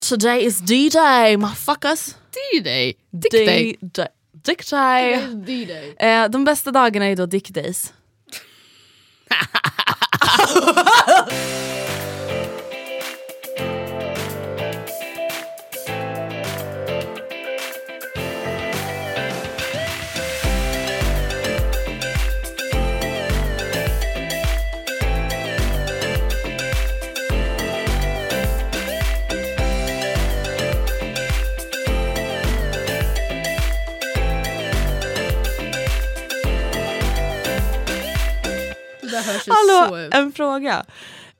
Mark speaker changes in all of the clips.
Speaker 1: Today is D-Day, motherfuckers!
Speaker 2: D-Day! Dick Day!
Speaker 1: D-Day. Dick Day.
Speaker 2: D-Day.
Speaker 1: Eh, de bästa dagarna är då Dick Days.
Speaker 2: Det där hörs ju så
Speaker 1: Hallå,
Speaker 2: ut.
Speaker 1: en fråga.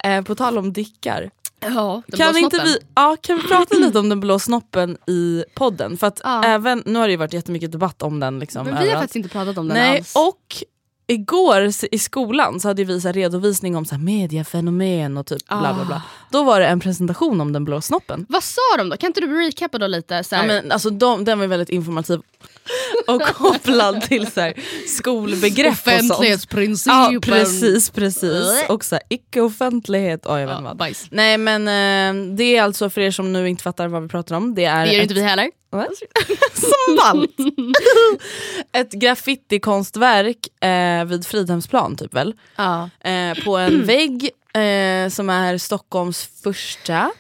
Speaker 1: Eh, på tal om dickar.
Speaker 2: Ja, den
Speaker 1: Kan
Speaker 2: blå
Speaker 1: vi, inte
Speaker 2: snoppen.
Speaker 1: vi, ja, kan vi prata lite om den blå snoppen i podden? För att
Speaker 2: Ja.
Speaker 1: även, nu har det ju varit jättemycket debatt om den. Liksom,
Speaker 2: Men vi har
Speaker 1: överallt.
Speaker 2: faktiskt inte pratat om den
Speaker 1: Nej,
Speaker 2: alls.
Speaker 1: och igår s- i skolan så hade vi så här redovisning om så här mediefenomen och typ
Speaker 2: Ah.
Speaker 1: bla bla bla. Då var det en presentation om den blå snoppen.
Speaker 2: Vad sa de då? Kan inte du recappa då lite? Så
Speaker 1: Ja,
Speaker 2: här,
Speaker 1: men, alltså, de, den var väldigt informativ och kopplad till så här, skolbegrepp och sånt.
Speaker 2: Offentlighetsprincipen.
Speaker 1: Ja, precis, precis. Och så här, icke-offentlighet. Oh, jag vet
Speaker 2: Ja,
Speaker 1: inte vad.
Speaker 2: bajs.
Speaker 1: Nej men eh, det är alltså för er som nu inte fattar vad vi pratar om. Det är
Speaker 2: Det gör
Speaker 1: ett,
Speaker 2: inte vi heller.
Speaker 1: som ballt. ett graffitikonstverk eh, vid Fridhemsplan typ väl.
Speaker 2: Ja.
Speaker 1: Eh, på en vägg eh, som är Stockholms första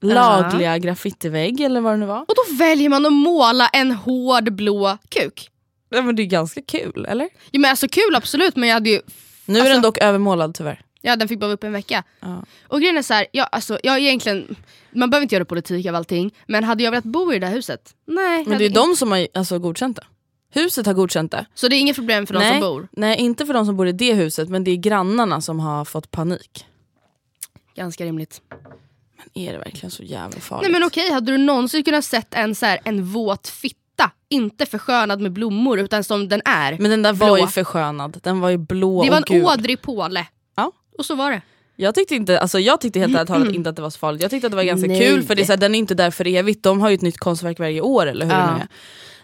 Speaker 1: lagliga graffitivägg eller vad det nu var.
Speaker 2: Och då väljer man att måla en hård blå kuk.
Speaker 1: Ja, men det är ganska kul eller?
Speaker 2: Ja, men alltså kul absolut, men jag hade ju...
Speaker 1: Nu
Speaker 2: Alltså-
Speaker 1: är den dock övermålad tyvärr.
Speaker 2: Ja, den fick bara vara uppe en vecka.
Speaker 1: Ja.
Speaker 2: Och grejen är så här, jag, alltså, jag är egentligen, man behöver inte göra politik av allting, men hade jag velat bo i det där huset? Nej. jag
Speaker 1: Men det
Speaker 2: hade
Speaker 1: är
Speaker 2: inte.
Speaker 1: de som har alltså, godkänt det. Huset har godkänt det.
Speaker 2: Så det är inget problem för de
Speaker 1: nej,
Speaker 2: som bor?
Speaker 1: nej, inte för de som bor i det huset men det är grannarna som har fått panik.
Speaker 2: Ganska rimligt.
Speaker 1: Är det verkligen så jävla farligt?
Speaker 2: Nej men okej, hade du någonsin kunnat sett en, så här, en våt fitta? Inte förskönad med blommor, utan som den är.
Speaker 1: Men den där var
Speaker 2: Blå.
Speaker 1: ju förskönad, den var ju blå
Speaker 2: det var en
Speaker 1: och gul.
Speaker 2: Audrey Påle.
Speaker 1: Ja.
Speaker 2: Och så var det.
Speaker 1: Jag tyckte, inte, alltså jag tyckte helt ärligt talat inte att det var så farligt. Jag tyckte att det var ganska
Speaker 2: Mm. Nej.
Speaker 1: kul för det är så här, den är inte där för evigt. De har ju ett nytt konstverk varje år eller hur det
Speaker 2: Ja.
Speaker 1: nu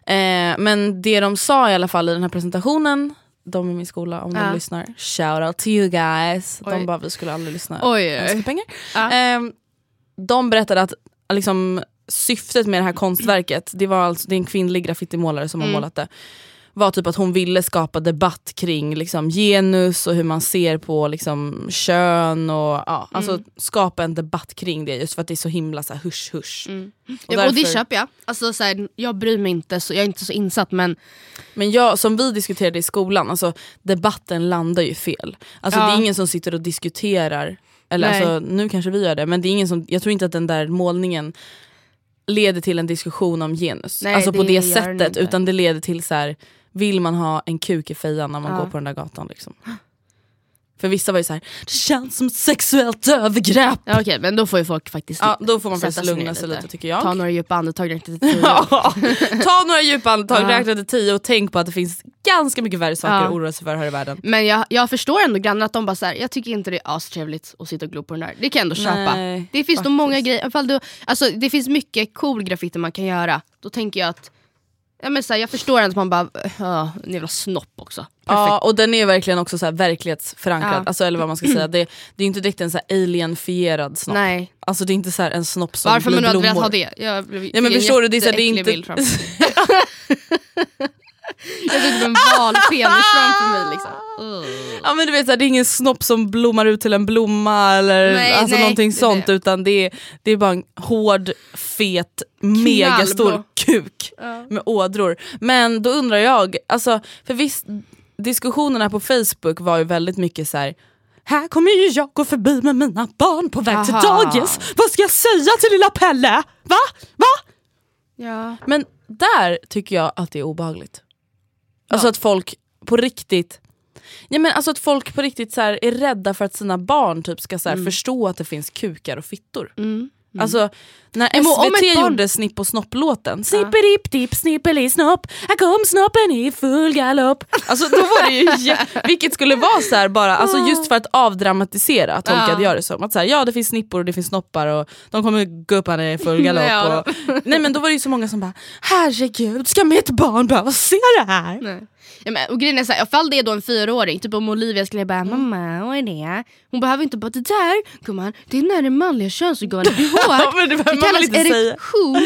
Speaker 1: är. Eh, men det de sa i alla fall i den här presentationen, de i min skola om de
Speaker 2: Ja.
Speaker 1: lyssnar, shout out to you guys. De
Speaker 2: Oj.
Speaker 1: bara vi skulle aldrig lyssna.
Speaker 2: Oj,
Speaker 1: Älskar pengar.
Speaker 2: Ja.
Speaker 1: Ehm, de berättade att liksom, syftet med det här konstverket, det var alltså det är en kvinnlig graffitimålare som
Speaker 2: Mm.
Speaker 1: har målat det, var typ att hon ville skapa debatt kring liksom, genus och hur man ser på liksom, kön. Och, ja, alltså
Speaker 2: Mm.
Speaker 1: skapa en debatt kring det just för att det är så himla så här, hush hush.
Speaker 2: Mm. Och, och det köper jag. Alltså, så här, jag bryr mig inte, så jag är inte så insatt men
Speaker 1: Men jag, som vi diskuterade i skolan, alltså, debatten landar ju fel. Alltså,
Speaker 2: Ja.
Speaker 1: Det är ingen som sitter och diskuterar, eller
Speaker 2: Nej.
Speaker 1: alltså, nu kanske vi gör det, men det är ingen som, jag tror inte att den där målningen leder till en diskussion om genus.
Speaker 2: Nej,
Speaker 1: alltså på
Speaker 2: det
Speaker 1: det
Speaker 2: gör den
Speaker 1: sättet,
Speaker 2: inte.
Speaker 1: utan det leder till så här, vill man ha en kuk i fejan när man
Speaker 2: Ja.
Speaker 1: går på den där gatan? Liksom? För vissa var ju så här: det känns som ett sexuellt övergrepp.
Speaker 2: Ja, Okej, men då får ju folk faktiskt
Speaker 1: Ja, då får man
Speaker 2: sätta
Speaker 1: faktiskt
Speaker 2: sig
Speaker 1: lugna
Speaker 2: ner
Speaker 1: sig lite, tycker jag.
Speaker 2: Ta några djupa andetag, räkna till tio.
Speaker 1: Ja. Ta några djupa andetag,
Speaker 2: Ja.
Speaker 1: räkna till tio och tänk på att det finns ganska mycket värre saker
Speaker 2: Ja.
Speaker 1: att oroa sig för här i världen.
Speaker 2: Men jag, jag förstår ändå grannarna att de bara såhär, jag tycker inte det är astrevligt att sitta och glo på den där. Det kan jag ändå köpa.
Speaker 1: Nej,
Speaker 2: det finns nog
Speaker 1: faktiskt.
Speaker 2: många grejer, ifall du, alltså, det finns mycket cool graffiti man kan göra. Då tänker jag att, ja, men så här, jag förstår ändå att man bara, ja, en jävla snopp också.
Speaker 1: Ja, och den är ju verkligen också så här verklighetsförankrad,
Speaker 2: Ja.
Speaker 1: alltså, eller vad man ska säga. Det, det är ju inte direkt en så här alienfierad snopp.
Speaker 2: Nej,
Speaker 1: Alltså det är inte så här en snopp som
Speaker 2: varför
Speaker 1: blir
Speaker 2: man nu hade
Speaker 1: blommor.
Speaker 2: velat ha det? Jag blev,
Speaker 1: Ja, men
Speaker 2: fick en
Speaker 1: förstår du, det är, så här, det är
Speaker 2: jätteäcklig
Speaker 1: inte...
Speaker 2: bild framför mig. Jag såg typ en valpenis framför mig liksom. Ugh.
Speaker 1: Ja men du vet såhär, det är ingen snopp som blommar ut till en blomma eller
Speaker 2: Nej,
Speaker 1: alltså
Speaker 2: nej,
Speaker 1: någonting
Speaker 2: det är
Speaker 1: sånt
Speaker 2: det.
Speaker 1: utan det är, det är bara en hård, fet, megastor kuk med ådror. Men då undrar jag, alltså, för visst diskussionerna på Facebook var ju väldigt mycket så här. Här kommer ju jag gå förbi med mina barn på väg till
Speaker 2: Aha.
Speaker 1: dagis. Vad ska jag säga till lilla Pelle? Va? Va?
Speaker 2: Ja.
Speaker 1: Men där tycker jag att det är obehagligt. Alltså att folk på riktigt Ja, men alltså att folk på riktigt så här är rädda för att sina barn typ ska så
Speaker 2: Mm.
Speaker 1: här förstå att det finns kukar och fittor. Alltså, när
Speaker 2: men om
Speaker 1: SVT
Speaker 2: ett barn-
Speaker 1: gjorde Snipp och snopp-låten, Snippelipp dipp snippelipp-snopp, här kom snoppen i full galopp. Alltså, då var det ju jä- vilket skulle vara så här bara, alltså
Speaker 2: Ah.
Speaker 1: just för att avdramatisera tolkade jag det som. Att så här, ja det finns snippor och det finns snoppar och de kommer gå upp här i full galopp. Och, nej men då var det ju så många som bara, herregud ska mitt barn behöva se det här?
Speaker 2: Nej. Ja, men, och grejen är såhär, ifall det är då en fyraåring, typ om Olivia skulle bara
Speaker 1: Mm.
Speaker 2: mamma, vad är det? Hon behöver inte bara det där gumman, det är när det manliga könsorganet blir
Speaker 1: Ja,
Speaker 2: hårt.
Speaker 1: men det behöver
Speaker 2: det
Speaker 1: man väl
Speaker 2: kallas
Speaker 1: inte säga.
Speaker 2: erektion.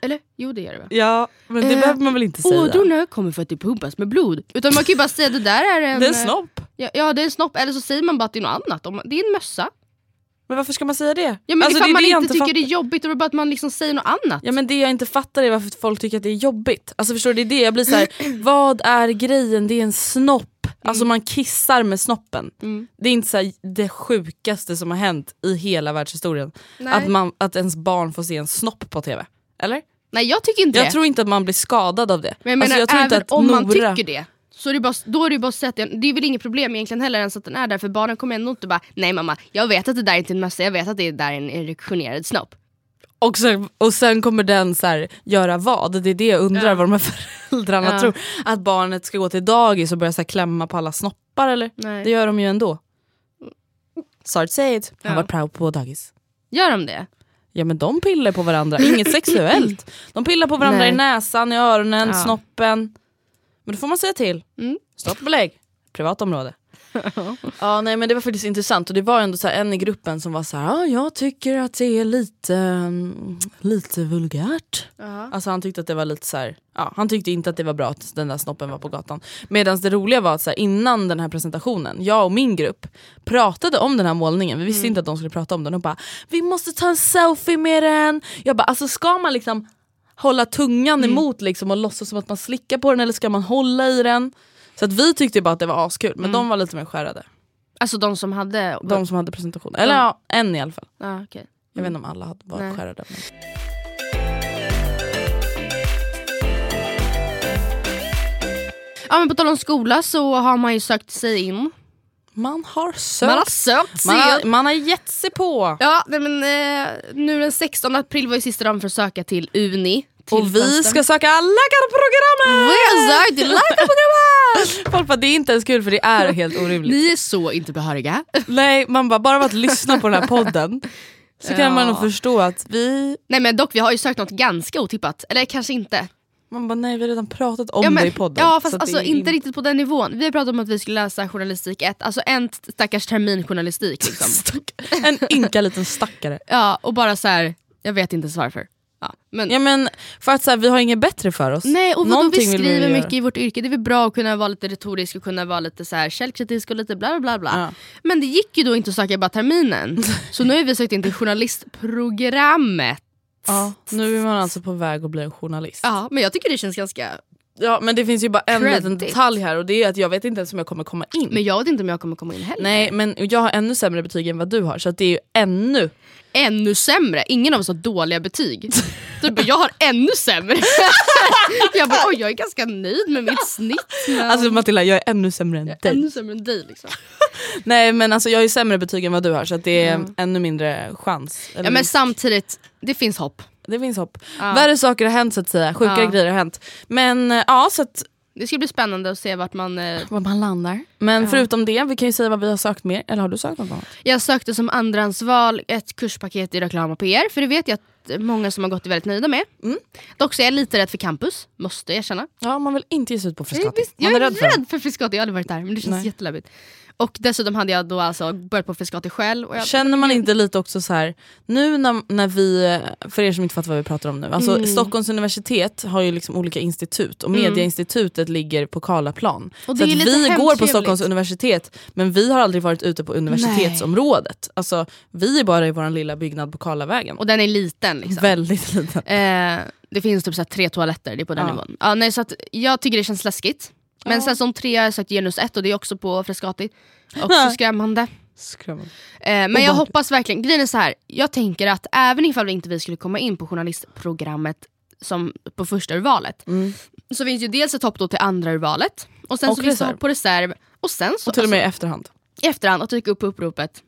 Speaker 2: Eller jo det gör det va?
Speaker 1: Ja, men det
Speaker 2: Eh,
Speaker 1: behöver man väl inte säga?
Speaker 2: Ådrorna kommer för att det pumpas med blod. Utan man kan ju bara säga det där är en... eh,
Speaker 1: Det är en snopp.
Speaker 2: Ja, ja det är en snopp, eller så säger man bara att det är något annat. Om man- Det är en mössa.
Speaker 1: Men varför ska man säga det?
Speaker 2: Ja, men
Speaker 1: Alltså,
Speaker 2: ifall
Speaker 1: är
Speaker 2: man
Speaker 1: jag
Speaker 2: inte tycker
Speaker 1: fattar.
Speaker 2: det är jobbigt, då är det bara att man liksom säger något annat.
Speaker 1: Ja men det jag inte fattar är varför folk tycker att det är jobbigt. Alltså förstår du, det är det jag blir så här, vad är grejen? Det är en snopp. Alltså man kissar med snoppen. Det är inte så här, det sjukaste som har hänt i hela världshistorien.
Speaker 2: Nej.
Speaker 1: Att, man, att ens barn får se en snopp på tv. Eller?
Speaker 2: Nej jag tycker inte det.
Speaker 1: Jag tror inte att man blir skadad av det.
Speaker 2: Men jag menar,
Speaker 1: alltså, jag tror inte
Speaker 2: även
Speaker 1: att
Speaker 2: om man
Speaker 1: Nora-
Speaker 2: tycker det, så är det bara, då är det ju bara att säga att det, det är väl inget problem egentligen heller ens att den är där, för barnen kommer ändå inte bara Nej mamma, jag vet att det där är inte är en mössa, jag vet att det där är en erektionerad snopp.
Speaker 1: Och sen, och sen kommer den så här, göra vad? Det är det jag undrar vad de här föräldrarna
Speaker 2: Ja.
Speaker 1: tror. Att barnet ska gå till dagis och börja så här, klämma på alla snoppar eller?
Speaker 2: Nej.
Speaker 1: Det gör de ju ändå. Sorry to say it, han
Speaker 2: Ja.
Speaker 1: var proud på dagis.
Speaker 2: Gör de det?
Speaker 1: Ja men de pillar på varandra, inget sexuellt. De pillar på varandra
Speaker 2: Nej.
Speaker 1: i näsan, i öronen,
Speaker 2: Ja.
Speaker 1: snoppen. Men då får man säga till.
Speaker 2: Mm.
Speaker 1: Stopp och belägg, privat område. ja nej men det var faktiskt intressant och det var ändå så här, en i gruppen som var så här, ah, jag tycker att det är lite, mm, lite vulgärt. Alltså han tyckte att det var lite så här, ja, han tyckte inte att det var bra att den där snoppen var på gatan. Medan det roliga var att så här, innan den här presentationen, jag och min grupp pratade om den här målningen, vi visste inte att de skulle prata om den. De bara, vi måste ta en selfie med den. Jag bara, alltså ska man liksom hålla tungan emot liksom och låtsas som att man slickar på den eller ska man hålla i den? Så att vi tyckte bara att det var askul, men de var lite mer skärrade.
Speaker 2: Alltså de som hade...
Speaker 1: De som hade presentationen. Eller ja, en i alla fall.
Speaker 2: Ja, okej.
Speaker 1: Jag vet inte om alla hade varit
Speaker 2: Nej.
Speaker 1: skärrade. Men...
Speaker 2: ja men på tal om skola så har man ju sökt sig in.
Speaker 1: Man har sökt.
Speaker 2: Man har sökt sig
Speaker 1: man har,
Speaker 2: in.
Speaker 1: man har gett sig på.
Speaker 2: Ja nej, men eh, nu den 16 april var ju sista dagen för att söka till Uni. Till
Speaker 1: Och vi
Speaker 2: hösten.
Speaker 1: ska söka läkarprogrammet!
Speaker 2: Vi har sökt till läkarprogrammet!
Speaker 1: Folk bara, det är inte ens kul för det är helt orimligt.
Speaker 2: Ni är så inte behöriga.
Speaker 1: Nej, man bara, bara av att lyssna på den här podden så kan man nog förstå att vi...
Speaker 2: Nej men dock, vi har ju sökt något ganska otippat. Eller kanske inte.
Speaker 1: Man bara, nej vi har redan pratat om
Speaker 2: men,
Speaker 1: det i podden.
Speaker 2: ja
Speaker 1: Så
Speaker 2: fast
Speaker 1: att det
Speaker 2: alltså,
Speaker 1: är
Speaker 2: inte riktigt på den nivån. Vi har pratat om att vi skulle läsa journalistik 1, alltså en t- stackars termin journalistik. Liksom.
Speaker 1: Stack- En ynka liten stackare.
Speaker 2: ja, och bara så här, jag vet inte ens varför. Ja, men,
Speaker 1: Ja men för att så här, vi har inget bättre för oss.
Speaker 2: nej, och vadå,
Speaker 1: Någonting
Speaker 2: vi
Speaker 1: vill ju
Speaker 2: skriver
Speaker 1: göra.
Speaker 2: mycket i vårt yrke, det är väl bra att kunna vara lite retorisk och kunna vara lite så här, källkritisk och lite bla bla bla.
Speaker 1: Ja.
Speaker 2: Men det gick ju då inte att söka bara terminen. så nu har vi sökt in till journalistprogrammet.
Speaker 1: Ja, nu är man alltså på väg att bli en journalist.
Speaker 2: Ja, men jag tycker det känns ganska
Speaker 1: Ja men det finns ju bara en liten
Speaker 2: Credit.
Speaker 1: detalj här och det är att jag vet inte ens om jag kommer komma in.
Speaker 2: Men jag vet inte om jag kommer komma in heller.
Speaker 1: Nej men jag har ännu sämre betyg än vad du har så att det är ju ännu...
Speaker 2: Ännu sämre, ingen av oss har dåliga betyg. Du bara, jag har ännu sämre. jag bara, oj jag är ganska nöjd med mitt snitt. Men...
Speaker 1: Alltså Matilda jag är ännu sämre än dig.
Speaker 2: ännu sämre än dig liksom.
Speaker 1: Nej men alltså jag har ju sämre betyg än vad du har så att det är ännu mindre chans. Eller
Speaker 2: Ja men samtidigt, det finns hopp.
Speaker 1: Det finns hopp. Värre saker har hänt så att säga, sjukare
Speaker 2: Ja.
Speaker 1: grejer har hänt. Men eh, ja så att
Speaker 2: Det ska bli spännande att se vart man... Eh...
Speaker 1: vad man landar. Men förutom det, vi kan ju säga vad vi har sökt mer. Eller har du sökt något annat?
Speaker 2: Jag sökte som andrahandsval ett kurspaket i reklam och PR, för det vet jag att många som har gått är väldigt nöjda med. Dock så är jag lite rädd för campus, måste jag erkänna.
Speaker 1: Ja man vill inte ge sig ut på
Speaker 2: Jag är,
Speaker 1: Frescati.
Speaker 2: visst-
Speaker 1: Man
Speaker 2: jag
Speaker 1: är
Speaker 2: är
Speaker 1: rädd för det.
Speaker 2: rädd för Frescati, jag har aldrig varit där men det känns
Speaker 1: Nej.
Speaker 2: jätteläbbigt. Och dessutom hade jag då alltså börjat på Frescati själv. Och jag,
Speaker 1: Känner man inte lite också så här, nu när, när vi, för er som inte fattar vad vi pratar om nu, alltså
Speaker 2: Mm.
Speaker 1: Stockholms universitet har ju liksom olika institut och medieinstitutet ligger på Karlaplan.
Speaker 2: Och det
Speaker 1: så
Speaker 2: är
Speaker 1: att
Speaker 2: lite
Speaker 1: vi går på
Speaker 2: hemtrevligt.
Speaker 1: Stockholms universitet men vi har aldrig varit ute på universitetsområdet. Alltså vi är bara i vår lilla byggnad på Karlavägen.
Speaker 2: och den är liten liksom.
Speaker 1: Väldigt liten.
Speaker 2: Eh, det finns typ så här tre toaletter, det är på den
Speaker 1: Ja.
Speaker 2: nivån. Ja, nej, så att jag tycker det känns läskigt. Men sen som tre har jag sökt genus ett och det är också på Frescati. Också skrämmande.
Speaker 1: Skrämmande.
Speaker 2: Eh, men jag hoppas verkligen, grejen är så här. jag tänker att även ifall vi inte vi skulle komma in på journalistprogrammet som på första urvalet, så finns ju dels ett hopp då till andra urvalet, och sen
Speaker 1: Mm. Och
Speaker 2: så finns det
Speaker 1: reserv.
Speaker 2: hopp på reserv, och sen så,
Speaker 1: Och till och med i
Speaker 2: alltså,
Speaker 1: efterhand.
Speaker 2: i efterhand att dyka upp på uppropet.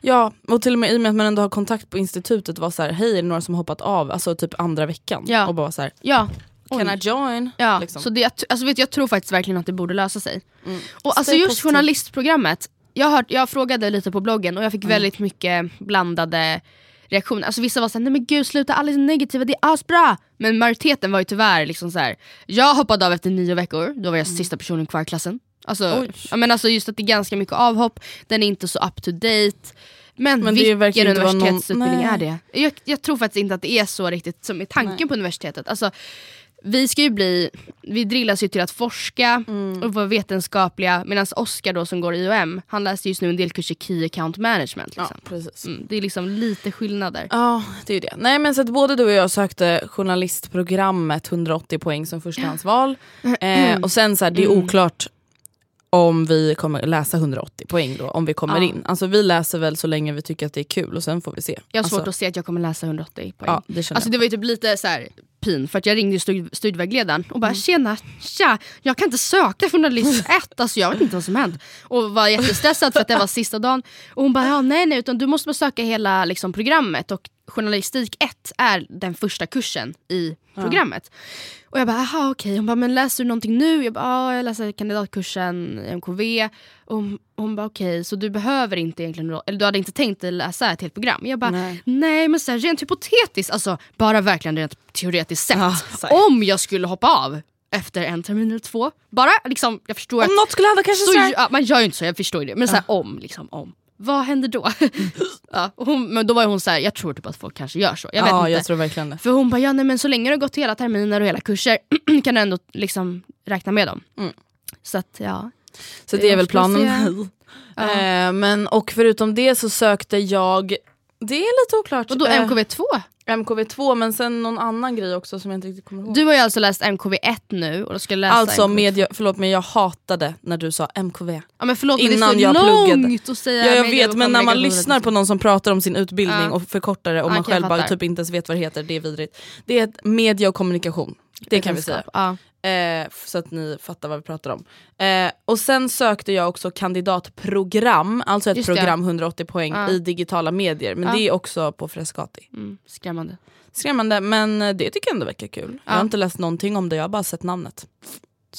Speaker 1: Ja, och till och med i och med att man ändå har kontakt på institutet var så här, hej är det några som har hoppat av, alltså typ andra veckan?
Speaker 2: Ja.
Speaker 1: Och bara så här,
Speaker 2: Ja,
Speaker 1: can I join?
Speaker 2: Ja,
Speaker 1: Liksom. Mm.
Speaker 2: så det, jag t- alltså vet, du, jag tror faktiskt verkligen att det borde lösa sig. Och alltså
Speaker 1: Stay
Speaker 2: just
Speaker 1: positive.
Speaker 2: journalistprogrammet, jag, har, hört- jag frågade lite på bloggen och jag
Speaker 1: Mm.
Speaker 2: fick väldigt mycket blandade reaktioner. Alltså vissa var såhär, nej men gud sluta, alla är så negativa, det är asbra! Men majoriteten var ju tyvärr liksom så här. jag hoppade av efter nio veckor, då var jag sista personen kvar i klassen. Alltså,
Speaker 1: Mm. Oj.
Speaker 2: ja, men alltså just att det är ganska mycket avhopp, den är inte så up to date. Men,
Speaker 1: Men det
Speaker 2: vilken
Speaker 1: verkar inte vara någon-
Speaker 2: universitetsutbildning
Speaker 1: Nej.
Speaker 2: är det? Jag, jag tror faktiskt inte att det är så riktigt som är tanken på universitetet. Alltså, vi ska ju bli, vi drillas ju till att forska och vara vetenskapliga medan Oskar då som går IOM, han läser just nu en delkurs i Key Account Management.
Speaker 1: ja,
Speaker 2: Liksom.
Speaker 1: precis.
Speaker 2: Mm, det är liksom lite skillnader.
Speaker 1: Ja, det är ju det. Nej men så att både du och jag sökte journalistprogrammet 180 poäng som förstahandsval. Eh, och sen så här, det
Speaker 2: Mm.
Speaker 1: är oklart om vi kommer läsa 180 poäng då, om vi kommer
Speaker 2: Ja.
Speaker 1: in. Alltså vi läser väl så länge vi tycker att det är kul och sen får vi se.
Speaker 2: Jag har svårt
Speaker 1: alltså,
Speaker 2: att se att jag kommer läsa 180 poäng.
Speaker 1: Ja, det känner
Speaker 2: Alltså
Speaker 1: jag.
Speaker 2: det var ju typ lite så här pin för att jag ringde ju stud- studievägledaren och bara
Speaker 1: Mm.
Speaker 2: tjena, tja, jag kan inte söka journalist 1, alltså jag vet inte vad som hänt. Och var jättestressad för att det var sista dagen. Och hon bara ja, nej nej utan du måste bara söka hela liksom, programmet och journalistik 1 är den första kursen i programmet. Och jag bara aha okej, hon bara men läser du någonting nu? Jag bara ja jag läser kandidatkursen i MKV. Och hon, hon bara okej så du behöver inte egentligen, eller du hade inte tänkt dig läsa ett helt program? Jag bara
Speaker 1: Nej.
Speaker 2: nej, men så här, rent hypotetiskt, alltså bara verkligen rent teoretiskt sett.
Speaker 1: Ja, säkert.
Speaker 2: om jag skulle hoppa av efter en termin eller två, bara liksom jag förstår att
Speaker 1: Om något skulle hända kanske
Speaker 2: så,
Speaker 1: så här,
Speaker 2: ja, man gör ju inte så, jag förstår ju det. Men så här, om, liksom om. Vad händer då? ja, och hon, men då var ju hon så här, jag tror typ att folk kanske gör så. Jag vet
Speaker 1: Ja,
Speaker 2: inte.
Speaker 1: jag tror verkligen det.
Speaker 2: För hon bara, ja nej, men så länge du har gått hela terminer och hela kurser kan du ändå liksom räkna med dem.
Speaker 1: Mm.
Speaker 2: Så att ja.
Speaker 1: Så det är väl
Speaker 2: årsklass
Speaker 1: planen.
Speaker 2: igen.
Speaker 1: Eh, men, och förutom det så sökte jag, det är lite oklart.
Speaker 2: Och då
Speaker 1: eh,
Speaker 2: MKV2?
Speaker 1: MKV2 men sen någon annan grej också som jag inte riktigt kommer ihåg.
Speaker 2: Du har ju alltså läst MKV1 nu och då ska jag läsa
Speaker 1: alltså
Speaker 2: MKV2.
Speaker 1: media, förlåt men jag hatade när du sa MKV.
Speaker 2: Ja, men förlåt, men
Speaker 1: innan
Speaker 2: det är så
Speaker 1: jag
Speaker 2: långt
Speaker 1: pluggade.
Speaker 2: att säga
Speaker 1: Ja, jag
Speaker 2: media
Speaker 1: vet
Speaker 2: och
Speaker 1: men när man
Speaker 2: kommunikation.
Speaker 1: lyssnar på någon som pratar om sin utbildning
Speaker 2: Ja.
Speaker 1: och förkortar det och
Speaker 2: Ja,
Speaker 1: man
Speaker 2: okej, jag
Speaker 1: själv bara
Speaker 2: fattar.
Speaker 1: typ inte ens vet vad det heter, det är vidrigt. Det är ett media och kommunikation, det kan vi säga.
Speaker 2: Ja.
Speaker 1: Eh, f- så att ni fattar vad vi pratar om. Eh, och sen sökte jag också kandidatprogram, alltså ett
Speaker 2: Just det.
Speaker 1: program 180 poäng
Speaker 2: Ja.
Speaker 1: i digitala medier. Men
Speaker 2: Ja.
Speaker 1: det är också på Frescati.
Speaker 2: Mm, skrämmande.
Speaker 1: Skrämmande men det tycker jag ändå verkar kul. Jag har inte läst någonting om det, jag har bara sett namnet.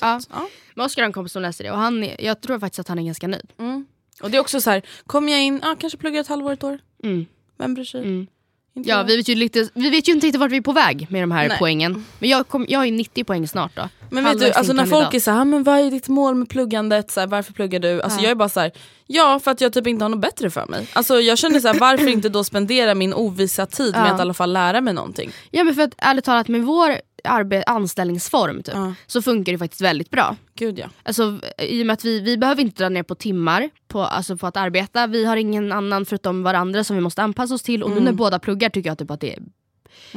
Speaker 2: Ja.
Speaker 1: Ja.
Speaker 2: Men Oskar har en kompis som läser det och han, är- jag tror faktiskt att han är ganska nöjd.
Speaker 1: Mm. Och det är också så här, kommer jag in, ah, kanske pluggar ett halvår, ett år.
Speaker 2: Mm.
Speaker 1: Vem bryr sig? Inte
Speaker 2: Ja,
Speaker 1: jag.
Speaker 2: vi, vet ju lite, vi vet ju inte riktigt vart vi är på väg med de här
Speaker 1: Nej.
Speaker 2: poängen. Men jag, kom, jag har ju 90 poäng snart då.
Speaker 1: Men vet du,
Speaker 2: Halvvägs
Speaker 1: alltså
Speaker 2: in
Speaker 1: när
Speaker 2: kandidat.
Speaker 1: folk är såhär, "Ah, men vad är ditt mål med pluggandet? Så här, varför pluggar du? Alltså jag är bara så här, ja för att jag typ inte har något bättre för mig. Alltså jag känner så här, varför inte då spendera min ovissa tid med
Speaker 2: Ja.
Speaker 1: att i alla fall lära mig någonting?
Speaker 2: Ja men för att ärligt talat med vår arbe- anställningsform typ,
Speaker 1: Ja.
Speaker 2: så funkar det faktiskt väldigt bra.
Speaker 1: Gud ja.
Speaker 2: Alltså, I och med att vi, vi behöver inte dra ner på timmar på, alltså, på att
Speaker 1: Mm.
Speaker 2: arbeta. Vi har ingen annan förutom varandra som vi måste anpassa oss till. Och nu när båda pluggar tycker jag typ att det är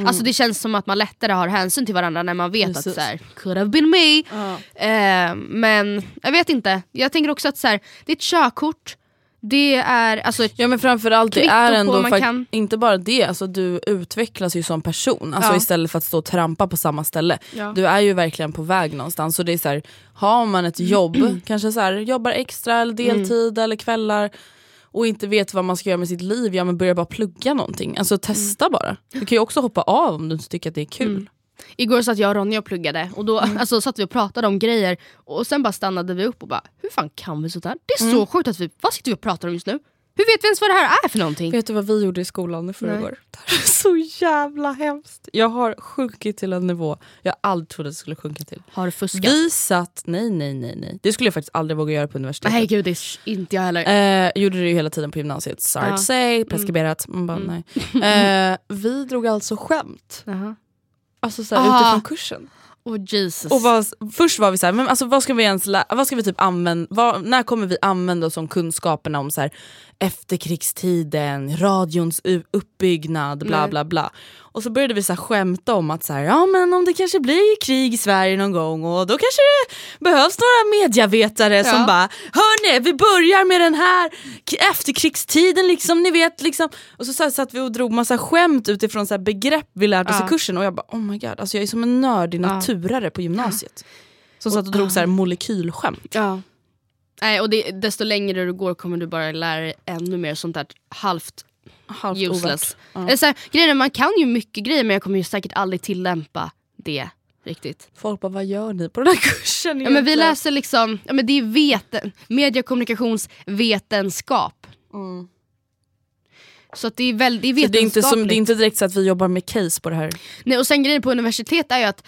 Speaker 2: Alltså det känns som att man lättare har hänsyn till varandra när man vet
Speaker 1: Precis.
Speaker 2: att så här, could have been me.
Speaker 1: Ja.
Speaker 2: Eh, men jag vet inte, jag tänker också att så här, det är ett körkort, det är alltså ett
Speaker 1: Ja men framförallt det
Speaker 2: Kvitto
Speaker 1: är
Speaker 2: på
Speaker 1: ändå
Speaker 2: man
Speaker 1: fakt-
Speaker 2: kan-
Speaker 1: inte bara det, alltså, du utvecklas ju som person alltså,
Speaker 2: Ja.
Speaker 1: istället för att stå och trampa på samma ställe.
Speaker 2: Ja.
Speaker 1: Du är ju verkligen på väg någonstans. Så det är så här, har man ett jobb, kanske så här, jobbar extra eller deltid eller kvällar och inte vet vad man ska göra med sitt liv, ja men börja bara plugga någonting. Alltså testa bara. Du kan ju också hoppa av om du inte tycker att det är kul.
Speaker 2: Igår satt jag och Ronja och pluggade och då
Speaker 1: Mm.
Speaker 2: alltså, satt vi och pratade om grejer och sen bara stannade vi upp och bara hur fan kan vi sånt här? Det är
Speaker 1: Mm.
Speaker 2: så sjukt att vi, vad sitter vi och pratar om just nu? Hur vet vi ens vad det här är för någonting?
Speaker 1: Vet du vad vi gjorde i skolan i förrgår? Det här är så jävla hemskt. Jag har sjunkit till en nivå jag aldrig trodde att jag skulle sjunka till.
Speaker 2: Har du fuskat?
Speaker 1: Vi satt, nej nej nej nej. Det skulle jag faktiskt aldrig våga göra på universitetet.
Speaker 2: Nej gud, det är inte jag heller.
Speaker 1: Eh, gjorde det ju hela tiden på gymnasiet. Sorry
Speaker 2: Ja. Mm.
Speaker 1: to say, preskriberat. Man bara, nej. Eh, vi drog alltså skämt
Speaker 2: Jaha.
Speaker 1: alltså såhär,
Speaker 2: Ah.
Speaker 1: utifrån kursen.
Speaker 2: Oh Jesus.
Speaker 1: Och var, först var vi så här, men alltså, vad ska vi ens lä- vad ska vi typ använda, vad, när kommer vi använda oss om kunskaperna om så här, efterkrigstiden, radions u- uppbyggnad, bla bla bla. Och så började vi så här, skämta om att så här, ja, men om det kanske blir krig i Sverige någon gång och då kanske det behövs några medievetare som bara, hörni vi börjar med den här k- efterkrigstiden liksom, ni vet liksom. Och så, så här, satt vi och drog massa skämt utifrån så här, begrepp vi lärt oss i kursen och jag bara, oh my god, alltså, jag är som en nörd i naturare på gymnasiet. Som satt och drog så här, molekylskämt.
Speaker 2: ja. Nej, och det, desto längre du går kommer du bara lära dig ännu mer sånt där halvt
Speaker 1: Halvt
Speaker 2: useless.
Speaker 1: ovärt.
Speaker 2: Eller så här, grejen är, man kan ju mycket grejer men jag kommer ju säkert aldrig tillämpa det riktigt.
Speaker 1: Folk bara, vad gör ni på den här kursen
Speaker 2: Ja, men vi
Speaker 1: egentligen?"
Speaker 2: läser liksom, ja, men det är veten, mediekommunikationsvetenskap. Så att det är väldigt det är
Speaker 1: Mm. Så det, är inte
Speaker 2: vetenskapligt.
Speaker 1: som, det är inte direkt så att vi jobbar med case på det här.
Speaker 2: Nej, och sen grejen på universitet är ju att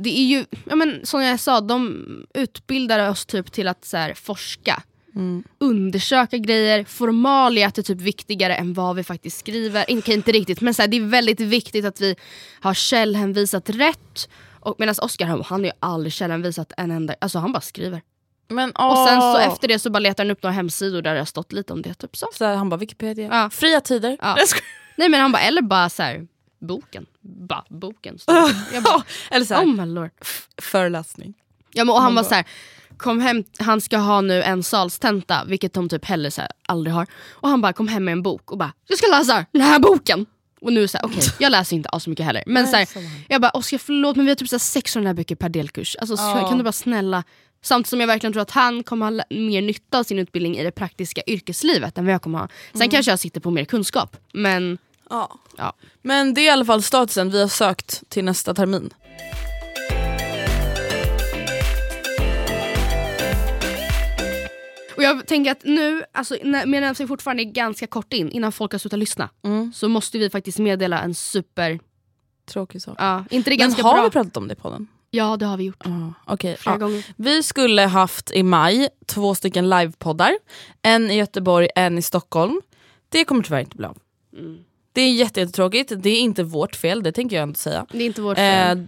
Speaker 2: det är ju, ja, men, som jag sa, de utbildar oss typ till att så här, forska.
Speaker 1: Mm.
Speaker 2: Undersöka grejer, formalia är typ viktigare än vad vi faktiskt skriver. In, okej, inte riktigt, men så här, det är väldigt viktigt att vi har källhänvisat rätt. Och Medan Oscar han, han har ju aldrig källhänvisat en enda, alltså han bara skriver.
Speaker 1: Men,
Speaker 2: Och sen så
Speaker 1: åh.
Speaker 2: efter det så bara letar han upp några hemsidor där det har stått lite om det. Typ så.
Speaker 1: Så här, han bara Wikipedia,
Speaker 2: Ja.
Speaker 1: fria tider.
Speaker 2: Ja.
Speaker 1: Jag skojar.
Speaker 2: Nej men han bara, eller bara så här, boken. Ba, boken. står det. Jag bara,
Speaker 1: Eller så här,
Speaker 2: oh my lord.
Speaker 1: föreläsning.
Speaker 2: Ja, men, och han var så här, kom hem, han ska ha nu en salstenta, vilket de typ heller så här, aldrig har. Och han bara kom hem med en bok och bara, jag ska läsa den här boken. Och nu så här, okej, jag läser inte alls mycket heller. Men så här, jag bara, Oskar förlåt men vi har typ så här 600 böcker per delkurs. Alltså, så,
Speaker 1: Ja.
Speaker 2: Kan du bara snälla. Samtidigt som jag verkligen tror att han kommer ha lä- mer nytta av sin utbildning i det praktiska yrkeslivet än vad jag kommer ha. Sen kanske jag sitter på mer kunskap. Men
Speaker 1: Ja.
Speaker 2: ja.
Speaker 1: Men det är i alla fall statusen vi har sökt till nästa termin.
Speaker 2: Och jag tänker att nu, alltså, när, medan vi fortfarande är ganska kort in, innan folk har slutat lyssna,
Speaker 1: Mm.
Speaker 2: så måste vi faktiskt meddela en super...
Speaker 1: Tråkig sak.
Speaker 2: Ja, inte det
Speaker 1: Men
Speaker 2: ganska
Speaker 1: har
Speaker 2: bra?
Speaker 1: vi pratat om det på den?
Speaker 2: ja, det har vi gjort.
Speaker 1: Okej.
Speaker 2: Flera
Speaker 1: ja.
Speaker 2: gånger.
Speaker 1: Vi skulle haft i maj två stycken livepoddar. En i Göteborg, en i Stockholm. Det kommer tyvärr inte bli av. Det är jätte- jättetråkigt, det är inte vårt fel, det tänker jag inte säga.
Speaker 2: Det är inte vårt
Speaker 1: Eh,
Speaker 2: fel.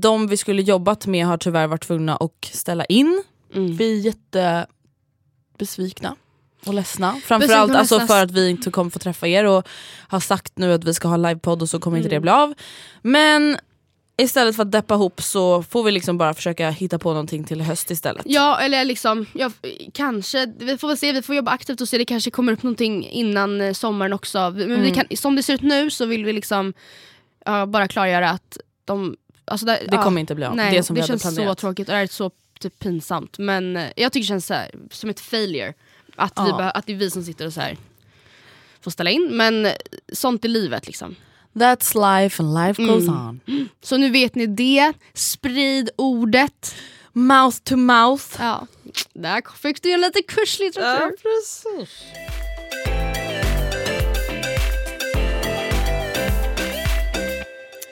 Speaker 1: de vi skulle jobbat med har tyvärr varit tvungna att ställa in.
Speaker 2: Mm.
Speaker 1: Vi är jättebesvikna och ledsna.
Speaker 2: Besvikna
Speaker 1: Framförallt
Speaker 2: och
Speaker 1: alltså
Speaker 2: ledsna.
Speaker 1: för att vi inte kommer få träffa er och har sagt nu att vi ska ha livepodd och så kommer
Speaker 2: Mm.
Speaker 1: inte det bli av. Men istället för att deppa ihop så får vi liksom bara försöka hitta på någonting till höst istället.
Speaker 2: Ja, eller liksom, ja, kanske, vi får väl se, vi får jobba aktivt och se, det kanske kommer upp någonting innan eh, sommaren också. Vi- Men vi
Speaker 1: Mm.
Speaker 2: kan, som det ser ut nu så vill vi liksom ja, bara klargöra att de... Alltså där,
Speaker 1: Det kommer inte bli av,
Speaker 2: nej,
Speaker 1: det som vi
Speaker 2: det
Speaker 1: hade
Speaker 2: känns så
Speaker 1: planerat.
Speaker 2: tråkigt och det är så typ, pinsamt. Men eh, jag tycker det känns så här, som ett failure. Att, vi
Speaker 1: Ja.
Speaker 2: bör, att det är vi som sitter och så här får ställa in. Men eh, sånt är livet liksom.
Speaker 1: That's life and life
Speaker 2: Mm.
Speaker 1: goes on.
Speaker 2: Så nu vet ni det. Sprid ordet.
Speaker 1: Mouth to mouth.
Speaker 2: Ja. Där fick du en liten kurslitteratur.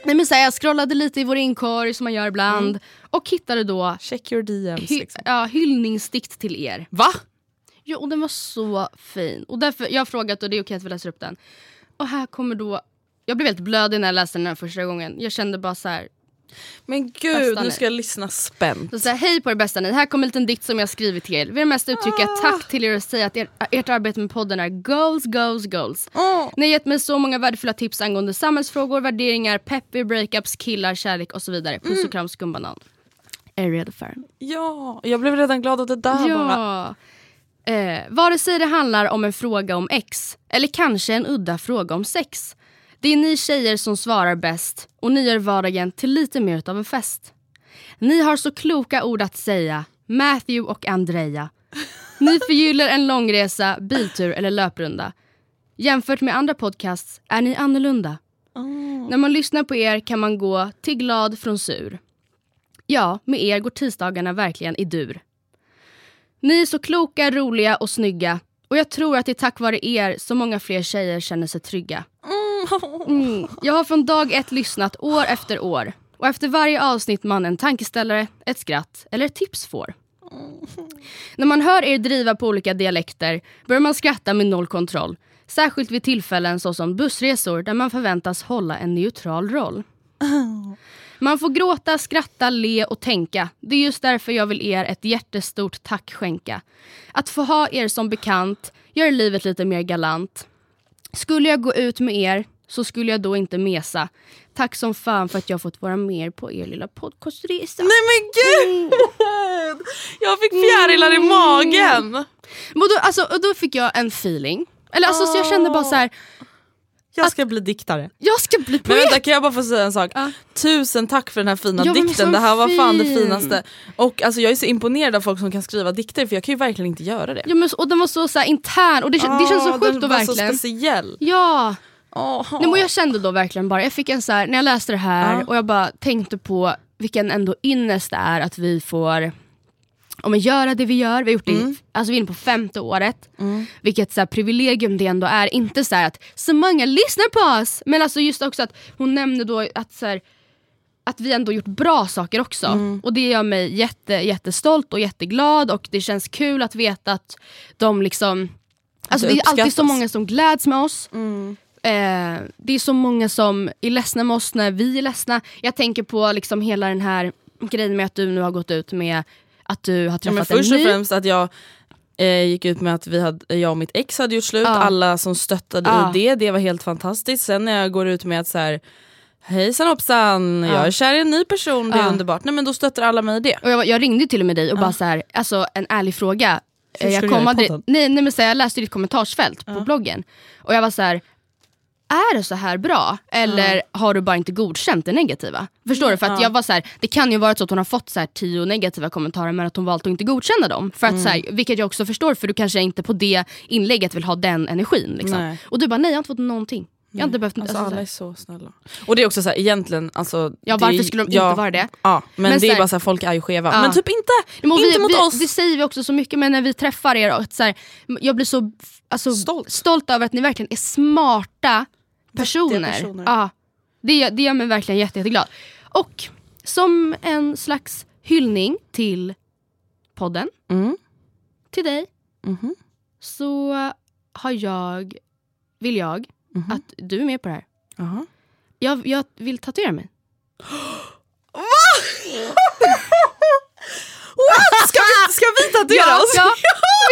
Speaker 2: Nej, men så här, jag scrollade lite i vår inkorg som man gör ibland och hittade då
Speaker 1: Check your DMs
Speaker 2: hy-
Speaker 1: liksom.
Speaker 2: ja, hyllningsdikt till er.
Speaker 1: Va?
Speaker 2: Jo, och den var så fin. Och därför, jag har frågat och det är okej att vi läser upp den. Och här kommer då... Jag blev helt blödig när jag läste den här första gången. Jag kände bara så här,
Speaker 1: Men gud,
Speaker 2: Bästa
Speaker 1: nu
Speaker 2: ni.
Speaker 1: ska jag lyssna spänt.
Speaker 2: Så säger jag, hej på er bästa ni. Här kommer en liten dikt som jag skrivit till er. Vill mest uttrycka tack till er och säga att er, ert arbete med podden är goals, goals, goals.
Speaker 1: Åh.
Speaker 2: Ni har gett mig så många värdefulla tips angående samhällsfrågor, värderingar, pepp vid breakups, killar, kärlek och så vidare. Puss och kram skumbanan. Är du redo för den?
Speaker 1: Ja, jag blev redan glad av det där bara.
Speaker 2: Ja. Eh, vare sig det handlar om en fråga om ex eller kanske en udda fråga om sex. Det är ni tjejer som svarar bäst och ni gör vardagen till lite mer utav en fest. Ni har så kloka ord att säga, Matthew och Andrea. Ni förgyller en långresa, biltur eller löprunda. Jämfört med andra podcasts är ni annorlunda. När man lyssnar på er kan man gå till glad från sur. Ja, med er går tisdagarna verkligen i dur. Ni är så kloka, roliga och snygga. Och jag tror att det är tack vare er som många fler tjejer känner sig trygga. Mm. Jag har från dag ett lyssnat år efter år. Och efter varje avsnitt man en tankeställare, ett skratt eller ett tips får. När man hör er driva på olika dialekter börjar man skratta med noll kontroll. Särskilt vid tillfällen såsom bussresor där man förväntas hålla en neutral roll. Man får gråta, skratta, le och tänka. Det är just därför jag vill er ett jättestort tack skänka. Att få ha er som bekant gör livet lite mer galant. Skulle jag gå ut med er så skulle jag då inte mesa. Tack som fan för att jag fått vara med er på er lilla podcastresa.
Speaker 1: Nej men gud!
Speaker 2: Mm.
Speaker 1: Jag fick fjärilar i magen.
Speaker 2: Men då, alltså, och då fick jag en feeling. Eller alltså, så jag kände
Speaker 1: Ah.
Speaker 2: bara så här,
Speaker 1: Jag ska bli diktare.
Speaker 2: jag ska bli
Speaker 1: Men
Speaker 2: poet.
Speaker 1: vänta kan jag bara få säga en sak? Tusen tack för den här fina
Speaker 2: Ja, men
Speaker 1: dikten,
Speaker 2: så
Speaker 1: det här var fan det
Speaker 2: fin.
Speaker 1: finaste. Och alltså, jag är så imponerad av folk som kan skriva dikter för jag kan ju verkligen inte göra det.
Speaker 2: Ja, men, så- och den var så, så här, intern och det, kän- det känns så
Speaker 1: Åh,
Speaker 2: sjukt
Speaker 1: Ah, den
Speaker 2: då
Speaker 1: var
Speaker 2: verkligen.
Speaker 1: så speciell.
Speaker 2: ja.
Speaker 1: Åh.
Speaker 2: Nej, men jag kände då verkligen bara, jag fick en så här, när jag läste det här och jag bara tänkte på vilken ändå ynnest det är att vi får om att göra det vi gör, vi har gjort det, i- alltså vi är inne på femte året. Vilket så här, privilegium det ändå är. Inte så här att så många lyssnar på oss. Men alltså just också att hon nämnde då att, så här, att vi ändå gjort bra saker också. Och det gör mig jätte, jättestolt och jätteglad och det känns kul att veta att de liksom Alltså
Speaker 1: det
Speaker 2: det är alltid så
Speaker 1: uppskattas.
Speaker 2: många som gläds med oss. Eh, det är så många som är ledsna med oss när vi är ledsna. Jag tänker på liksom hela den här grejen med att du nu har gått ut med att du har
Speaker 1: Ja, men
Speaker 2: träffat
Speaker 1: först
Speaker 2: en
Speaker 1: och
Speaker 2: ny.
Speaker 1: främst att jag eh, gick ut med att vi hade, jag och mitt ex hade gjort slut,
Speaker 2: Ja.
Speaker 1: alla som stöttade
Speaker 2: Ja.
Speaker 1: i det, det var helt fantastiskt. Sen när jag går ut med att så här, hejsan hoppsan, jag är kär i en ny person, det är
Speaker 2: Ja. Alltså,
Speaker 1: underbart. Nej men då stöttar alla mig i det.
Speaker 2: Och jag, var- jag ringde till och med dig och bara så här, alltså en ärlig fråga.
Speaker 1: Hur
Speaker 2: Eh,
Speaker 1: ska
Speaker 2: jag,
Speaker 1: du göra i
Speaker 2: kom aldrig,
Speaker 1: podden?
Speaker 2: nej, nej, men så här, jag läste ditt kommentarsfält på bloggen och jag var så här. Är det så här bra eller har du bara inte godkänt det negativa? Förstår du? För att jag var så här, Det kan ju vara så att hon har fått så här tio negativa kommentarer men att hon valt att inte godkänna dem. För att så
Speaker 1: Mm.
Speaker 2: här, vilket jag också förstår för du kanske inte på det inlägget vill ha den energin. Liksom.
Speaker 1: Nej.
Speaker 2: Och du bara nej jag har inte fått någonting. Jag har inte behövt...
Speaker 1: Alltså,
Speaker 2: alltså, så
Speaker 1: alla
Speaker 2: här.
Speaker 1: är så snälla. Och det är också så här, egentligen... Alltså,
Speaker 2: Ja,
Speaker 1: det är-
Speaker 2: varför skulle de inte vara det?
Speaker 1: Ja, men,
Speaker 2: Men
Speaker 1: det
Speaker 2: så
Speaker 1: är
Speaker 2: här-
Speaker 1: bara så här, folk är ju skeva.
Speaker 2: Ja.
Speaker 1: Men typ inte!
Speaker 2: Men och
Speaker 1: inte
Speaker 2: vi,
Speaker 1: mot
Speaker 2: vi,
Speaker 1: oss!
Speaker 2: Det säger vi också så mycket, men när vi träffar er, och att så här, jag blir så alltså,
Speaker 1: Stolt.
Speaker 2: över att ni verkligen är smarta personer.
Speaker 1: personer.
Speaker 2: Ja, det, gör- det gör mig verkligen jätte, jätteglad. Och som en slags hyllning till podden,
Speaker 1: Mm.
Speaker 2: till dig,
Speaker 1: Mhm.
Speaker 2: så har jag, vill jag
Speaker 1: Mhm.
Speaker 2: att du är med på det här.
Speaker 1: Jaha.
Speaker 2: Jag, jag vill tatuera mig.
Speaker 1: What? Ska vi, ska vi tatuera oss?
Speaker 2: ja,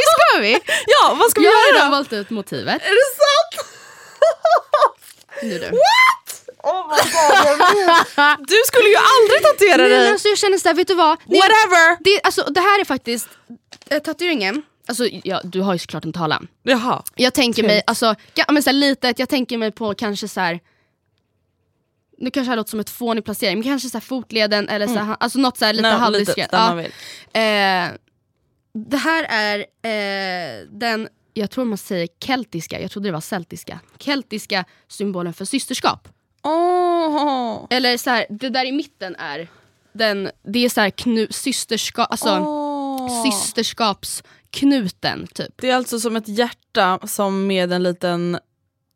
Speaker 2: visst ska vi?
Speaker 1: Ja, vad ska vi
Speaker 2: Jag har
Speaker 1: göra
Speaker 2: redan
Speaker 1: då?
Speaker 2: valt ut motivet.
Speaker 1: Är det sant?
Speaker 2: Nu du.
Speaker 1: Du skulle ju aldrig tatuera
Speaker 2: Nej, men
Speaker 1: dig!
Speaker 2: alltså, jag känner såhär, vet du vad? Det,
Speaker 1: Whatever!
Speaker 2: det, alltså, det här är faktiskt, eh, tatueringen, alltså, ja, du har ju såklart en talan.
Speaker 1: Jaha.
Speaker 2: Jag tänker mig, alltså, ja, men så här, litet, jag tänker mig på kanske så här. Nu kanske det här låter som ett fånig placering, men kanske så här fotleden eller så här, alltså något så här lite
Speaker 1: Nej,
Speaker 2: halvdiskret.
Speaker 1: litet, där man vill.
Speaker 2: Eh, det här är eh, den, jag tror man säger keltiska, jag trodde det var celtiska, keltiska symbolen för systerskap.
Speaker 1: Åh.
Speaker 2: Eller så här, det där i mitten är den, det är så här knu, systerskap, alltså
Speaker 1: Åh.
Speaker 2: systerskapsknuten typ.
Speaker 1: Det är alltså som ett hjärta som med en liten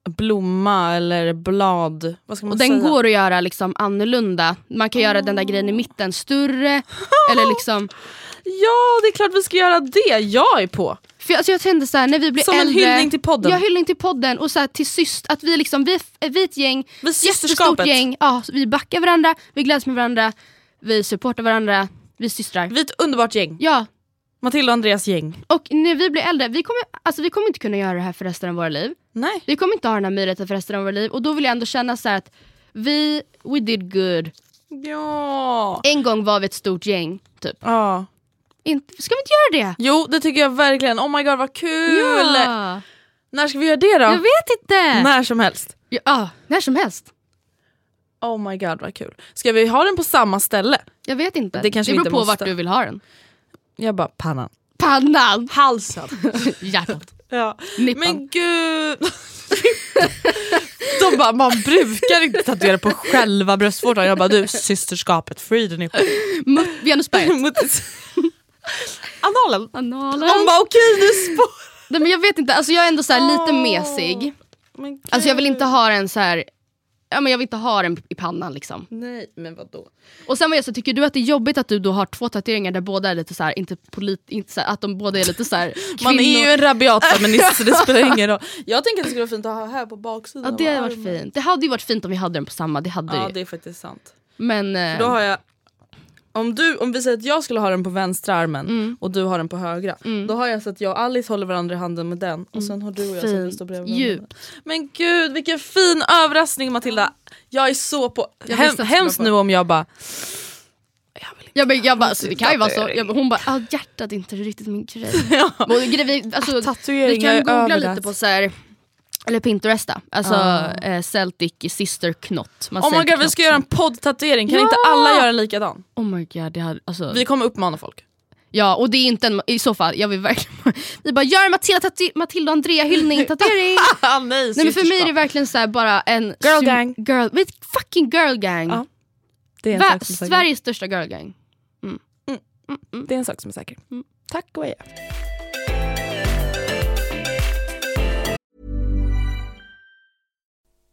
Speaker 1: blomma eller blad. Vad ska man
Speaker 2: Och
Speaker 1: säga?
Speaker 2: den går att göra liksom annorlunda. Man kan göra den där grejen i mitten större. eller liksom,
Speaker 1: Ja, det är klart vi ska göra det. Jag är på.
Speaker 2: För jag, alltså jag kände så här, när vi blir
Speaker 1: Som en
Speaker 2: äldre,
Speaker 1: hyllning till podden.
Speaker 2: Ja, hyllning till podden och så här, till syst, att vi, liksom, vi, är f- vi är ett gäng,
Speaker 1: Vi är
Speaker 2: jättestort
Speaker 1: systerskapet.
Speaker 2: gäng, ja, så vi backar varandra, vi gläds med varandra, vi supportar varandra, vi är systrar.
Speaker 1: Vi är ett underbart gäng.
Speaker 2: Ja,
Speaker 1: Matilda och Andreas gäng.
Speaker 2: och när vi blir äldre, vi kommer, alltså, vi kommer inte kunna göra det här för resten av våra liv.
Speaker 1: Nej.
Speaker 2: Vi kommer inte ha den här möjligheten för resten av våra liv och då vill jag ändå känna så här att vi, we did good.
Speaker 1: Ja.
Speaker 2: En gång var vi ett stort gäng, typ.
Speaker 1: ja.
Speaker 2: Inte, ska vi inte göra det?
Speaker 1: Jo, det tycker jag verkligen. Oh my god vad kul!
Speaker 2: Ja.
Speaker 1: När ska vi göra det då?
Speaker 2: Jag vet inte!
Speaker 1: När som helst.
Speaker 2: Ja, ah, när som helst.
Speaker 1: Oh my god vad kul. Ska vi ha den på samma ställe?
Speaker 2: Jag vet inte.
Speaker 1: Det kanske vi
Speaker 2: beror
Speaker 1: inte
Speaker 2: på
Speaker 1: måste.
Speaker 2: vart du vill ha den.
Speaker 1: Jag bara pannan.
Speaker 2: Pannan!
Speaker 1: Halsen.
Speaker 2: Hjärtat.
Speaker 1: Ja.
Speaker 2: Nippan.
Speaker 1: Men gud! De bara, man brukar inte tatuera på själva bröstvårtan. Jag bara, du systerskapet, friden i
Speaker 2: Mutt- Venusberget.
Speaker 1: Analen.
Speaker 2: Analen.
Speaker 1: De bara, okej nu spår.
Speaker 2: Nej, men jag vet inte, alltså, jag är ändå så här lite mesig.
Speaker 1: Men gud.
Speaker 2: Alltså, jag vill inte ha den så här... Ja, men jag vill inte ha den i pannan liksom.
Speaker 1: Nej, men vadå?
Speaker 2: Och sen var jag så, tycker du att det är jobbigt att du då har två tatueringar där båda är lite så här, inte polit, inte så här, att de båda är lite så här,
Speaker 1: Man är
Speaker 2: kvinnor-
Speaker 1: ju en rabiat feminist så det spelar ingen roll. Jag tänker att det skulle vara fint att ha här på baksidan.
Speaker 2: Ja, det hade
Speaker 1: av
Speaker 2: varit
Speaker 1: armen.
Speaker 2: fint. Det hade ju varit fint om vi hade den på samma, det hade
Speaker 1: Ja
Speaker 2: ju.
Speaker 1: det är faktiskt sant.
Speaker 2: Men eh,
Speaker 1: Då har jag, om, du, om vi säger att jag skulle ha den på vänstra armen och du har den på högra. Då har jag så att jag och Alice håller varandra i handen med den och sen har du och jag som vi
Speaker 2: Fint.
Speaker 1: står bredvid varandra.
Speaker 2: Djupt.
Speaker 1: Men gud vilken fin överraskning Matilda. Jag är så på...
Speaker 2: Jag
Speaker 1: Hem,
Speaker 2: visste att du
Speaker 1: hemskt
Speaker 2: var på.
Speaker 1: nu om jag bara...
Speaker 2: jag, bara- jag bara, alltså, det kan ju vara så. Jag, bara- hon bara, ah, hjärtat är inte riktigt min grej. Och grej vi, alltså, vi
Speaker 1: Ah, Tatueringar
Speaker 2: kan googla
Speaker 1: överallt.
Speaker 2: lite på så här, eller Pinteresta, alltså
Speaker 1: Ja.
Speaker 2: eh, Celtic sister knott. Man
Speaker 1: Ah. Oh
Speaker 2: säger
Speaker 1: my god vi
Speaker 2: knott
Speaker 1: ska göra en poddtatuering, kan
Speaker 2: Ja!
Speaker 1: inte alla göra en likadan?
Speaker 2: som- Oh my god, det hade, alltså,
Speaker 1: Vi kommer uppmana folk.
Speaker 2: Ja och det är inte en, i så fall, jag vill verkligen, vi bara gör en Matilda, tatu- Matilda och Andrea hyllning tatuering.
Speaker 1: Ah,
Speaker 2: Nej men för mig är det verkligen så här bara en...
Speaker 1: Girl
Speaker 2: sym-
Speaker 1: gang.
Speaker 2: Girl, vi är ett fucking girl gang.
Speaker 1: Ja, det är en
Speaker 2: Va-
Speaker 1: sak som är säker. Mm.
Speaker 2: Sveriges största girl gang.
Speaker 1: Det är en sak som är säker. Tack och hej.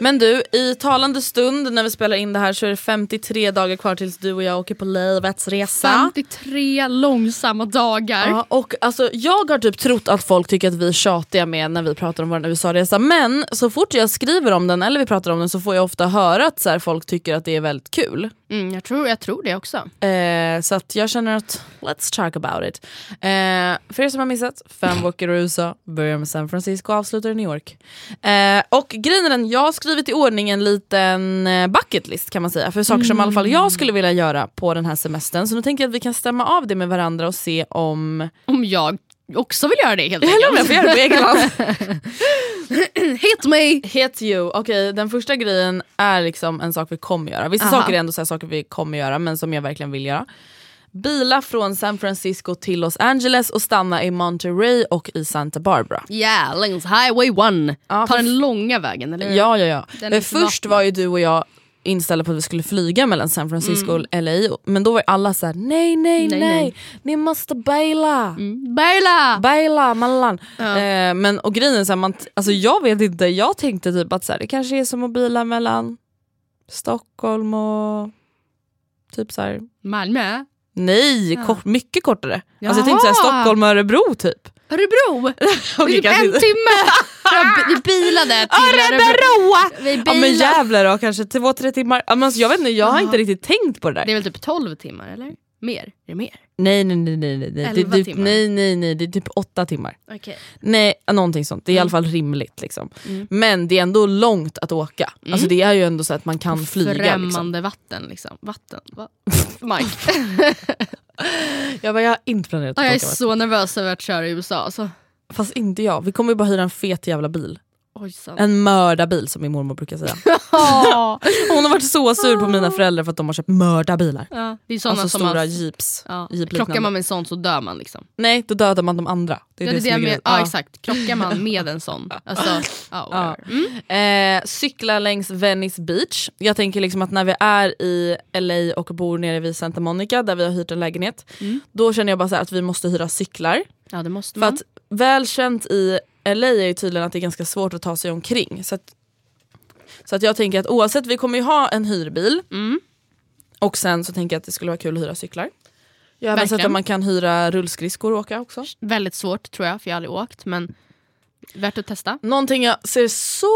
Speaker 1: Men du, i talande stund när vi spelar in det här så är det 53 dagar kvar tills du och jag åker på livets resa.
Speaker 2: 53 långsamma dagar.
Speaker 1: Ja, och alltså, jag har typ trott att folk tycker att vi är tjatiga med när vi pratar om vår USA-resa men så fort jag skriver om den eller vi pratar om den så får jag ofta höra att så här, folk tycker att det är väldigt kul.
Speaker 2: Mm, jag, tror, jag tror det också.
Speaker 1: Eh, så att jag känner att let's talk about it. Eh, för er som har missat, fem veckor i USA, börjar med San Francisco och avslutar i New York. Eh, och grejen är den, jag har skrivit i ordning en liten eh, bucket list kan man säga, för saker som i alla fall jag skulle vilja göra på den här semestern. Så nu tänker jag att vi kan stämma av det med varandra och se om...
Speaker 2: Om jag också vill göra det helt
Speaker 1: Eller om jag får göra det på egen hand.
Speaker 2: Hit mig!
Speaker 1: Hit you. Okej, den första grejen är liksom en sak vi kommer göra. Vissa
Speaker 2: Aha.
Speaker 1: saker är ändå så här saker vi kommer göra, men som jag verkligen vill göra. Bila från San Francisco till Los Angeles och stanna i Monterey och i Santa Barbara.
Speaker 2: Yeah, längs highway one.
Speaker 1: Ja,
Speaker 2: Ta
Speaker 1: fast-
Speaker 2: den långa vägen, eller hur?
Speaker 1: Ja, ja, ja.
Speaker 2: Mm. Den är
Speaker 1: Eh, Först var ju du och jag inställda på att vi skulle flyga mellan San Francisco och LA, men då var ju alla så här: nej, nej, nej,
Speaker 2: Mm. Nej, nej.
Speaker 1: ni måste baila.
Speaker 2: Mm. Baila!
Speaker 1: Baila mallan. Eh, men, och grejen är så här, man, t- alltså jag vet inte, jag tänkte typ att så här, det kanske är som att bila mellan Stockholm och typ så här.
Speaker 2: Malmö?
Speaker 1: nej, kort, mycket kortare. Alltså jag
Speaker 2: Jaha.
Speaker 1: tänkte så här, Stockholm och Örebro typ.
Speaker 2: Örebro!
Speaker 1: Okej,
Speaker 2: typ
Speaker 1: kanske
Speaker 2: en
Speaker 1: inte.
Speaker 2: timme! Från- Vi bilade till
Speaker 1: Örebro!
Speaker 2: Vi
Speaker 1: Ja men
Speaker 2: bilade.
Speaker 1: jävlar då, kanske två, tre timmar. Ja, men alltså, jag vet inte, jag har inte riktigt tänkt på det där.
Speaker 2: Det är väl typ 12 timmar, eller? Mer? Är det mer?
Speaker 1: Nej nej nej nej, nej. Det är
Speaker 2: Elva
Speaker 1: typ,
Speaker 2: timmar.
Speaker 1: nej nej nej, det är typ åtta timmar.
Speaker 2: Okej.
Speaker 1: Nej, någonting sånt. Det är i
Speaker 2: Mm.
Speaker 1: alla fall rimligt. Liksom. Men det är ändå långt att åka. Alltså, det är ju ändå så att man kan flyga. Liksom.
Speaker 2: Mm. Främmande vatten liksom. Vatten. Va? Mike.
Speaker 1: Jag, bara, jag har inte planerat att
Speaker 2: Ja, jag är
Speaker 1: åka.
Speaker 2: så nervös över att köra i USA. alltså. Så.
Speaker 1: Fast inte jag. Vi kommer ju bara hyra en fet jävla bil.
Speaker 2: Oj, sant.
Speaker 1: En mördarbil som min mormor brukar säga.
Speaker 2: Ja.
Speaker 1: Hon har varit så sur på mina föräldrar för att de har köpt mördarbilar.
Speaker 2: Ah. Ja, det är sådana
Speaker 1: Alltså
Speaker 2: som
Speaker 1: stora
Speaker 2: man...
Speaker 1: jeeps.
Speaker 2: Ja.
Speaker 1: jeepliknande.
Speaker 2: Krockar man med en sån så dör man liksom.
Speaker 1: Nej, då dödar man de andra. Det är
Speaker 2: Ja,
Speaker 1: det,
Speaker 2: det är det
Speaker 1: som är
Speaker 2: jag
Speaker 1: grejen. Ah.
Speaker 2: menar. Ja, exakt. Krockar man med en sån. Alltså, ja,
Speaker 1: Ja.
Speaker 2: whatever. mm.
Speaker 1: Eh, cykla längs Venice Beach. Jag tänker liksom att när vi är i LA och bor nere vid Santa Monica där vi har hyrt en lägenhet. Då känner jag bara så här att vi måste hyra cyklar.
Speaker 2: ja det måste
Speaker 1: För
Speaker 2: man.
Speaker 1: att välkänt i LA är ju tydligen att det är ganska svårt att ta sig omkring. Så att, så att jag tänker att oavsett, vi kommer ju ha en hyrbil. Och sen så tänker jag att det skulle vara kul att hyra cyklar. Jag har även sett
Speaker 2: Verkligen.
Speaker 1: att man kan hyra rullskridskor och åka också.
Speaker 2: Väldigt svårt tror jag, för jag har aldrig åkt. Men värt att testa.
Speaker 1: Någonting jag ser så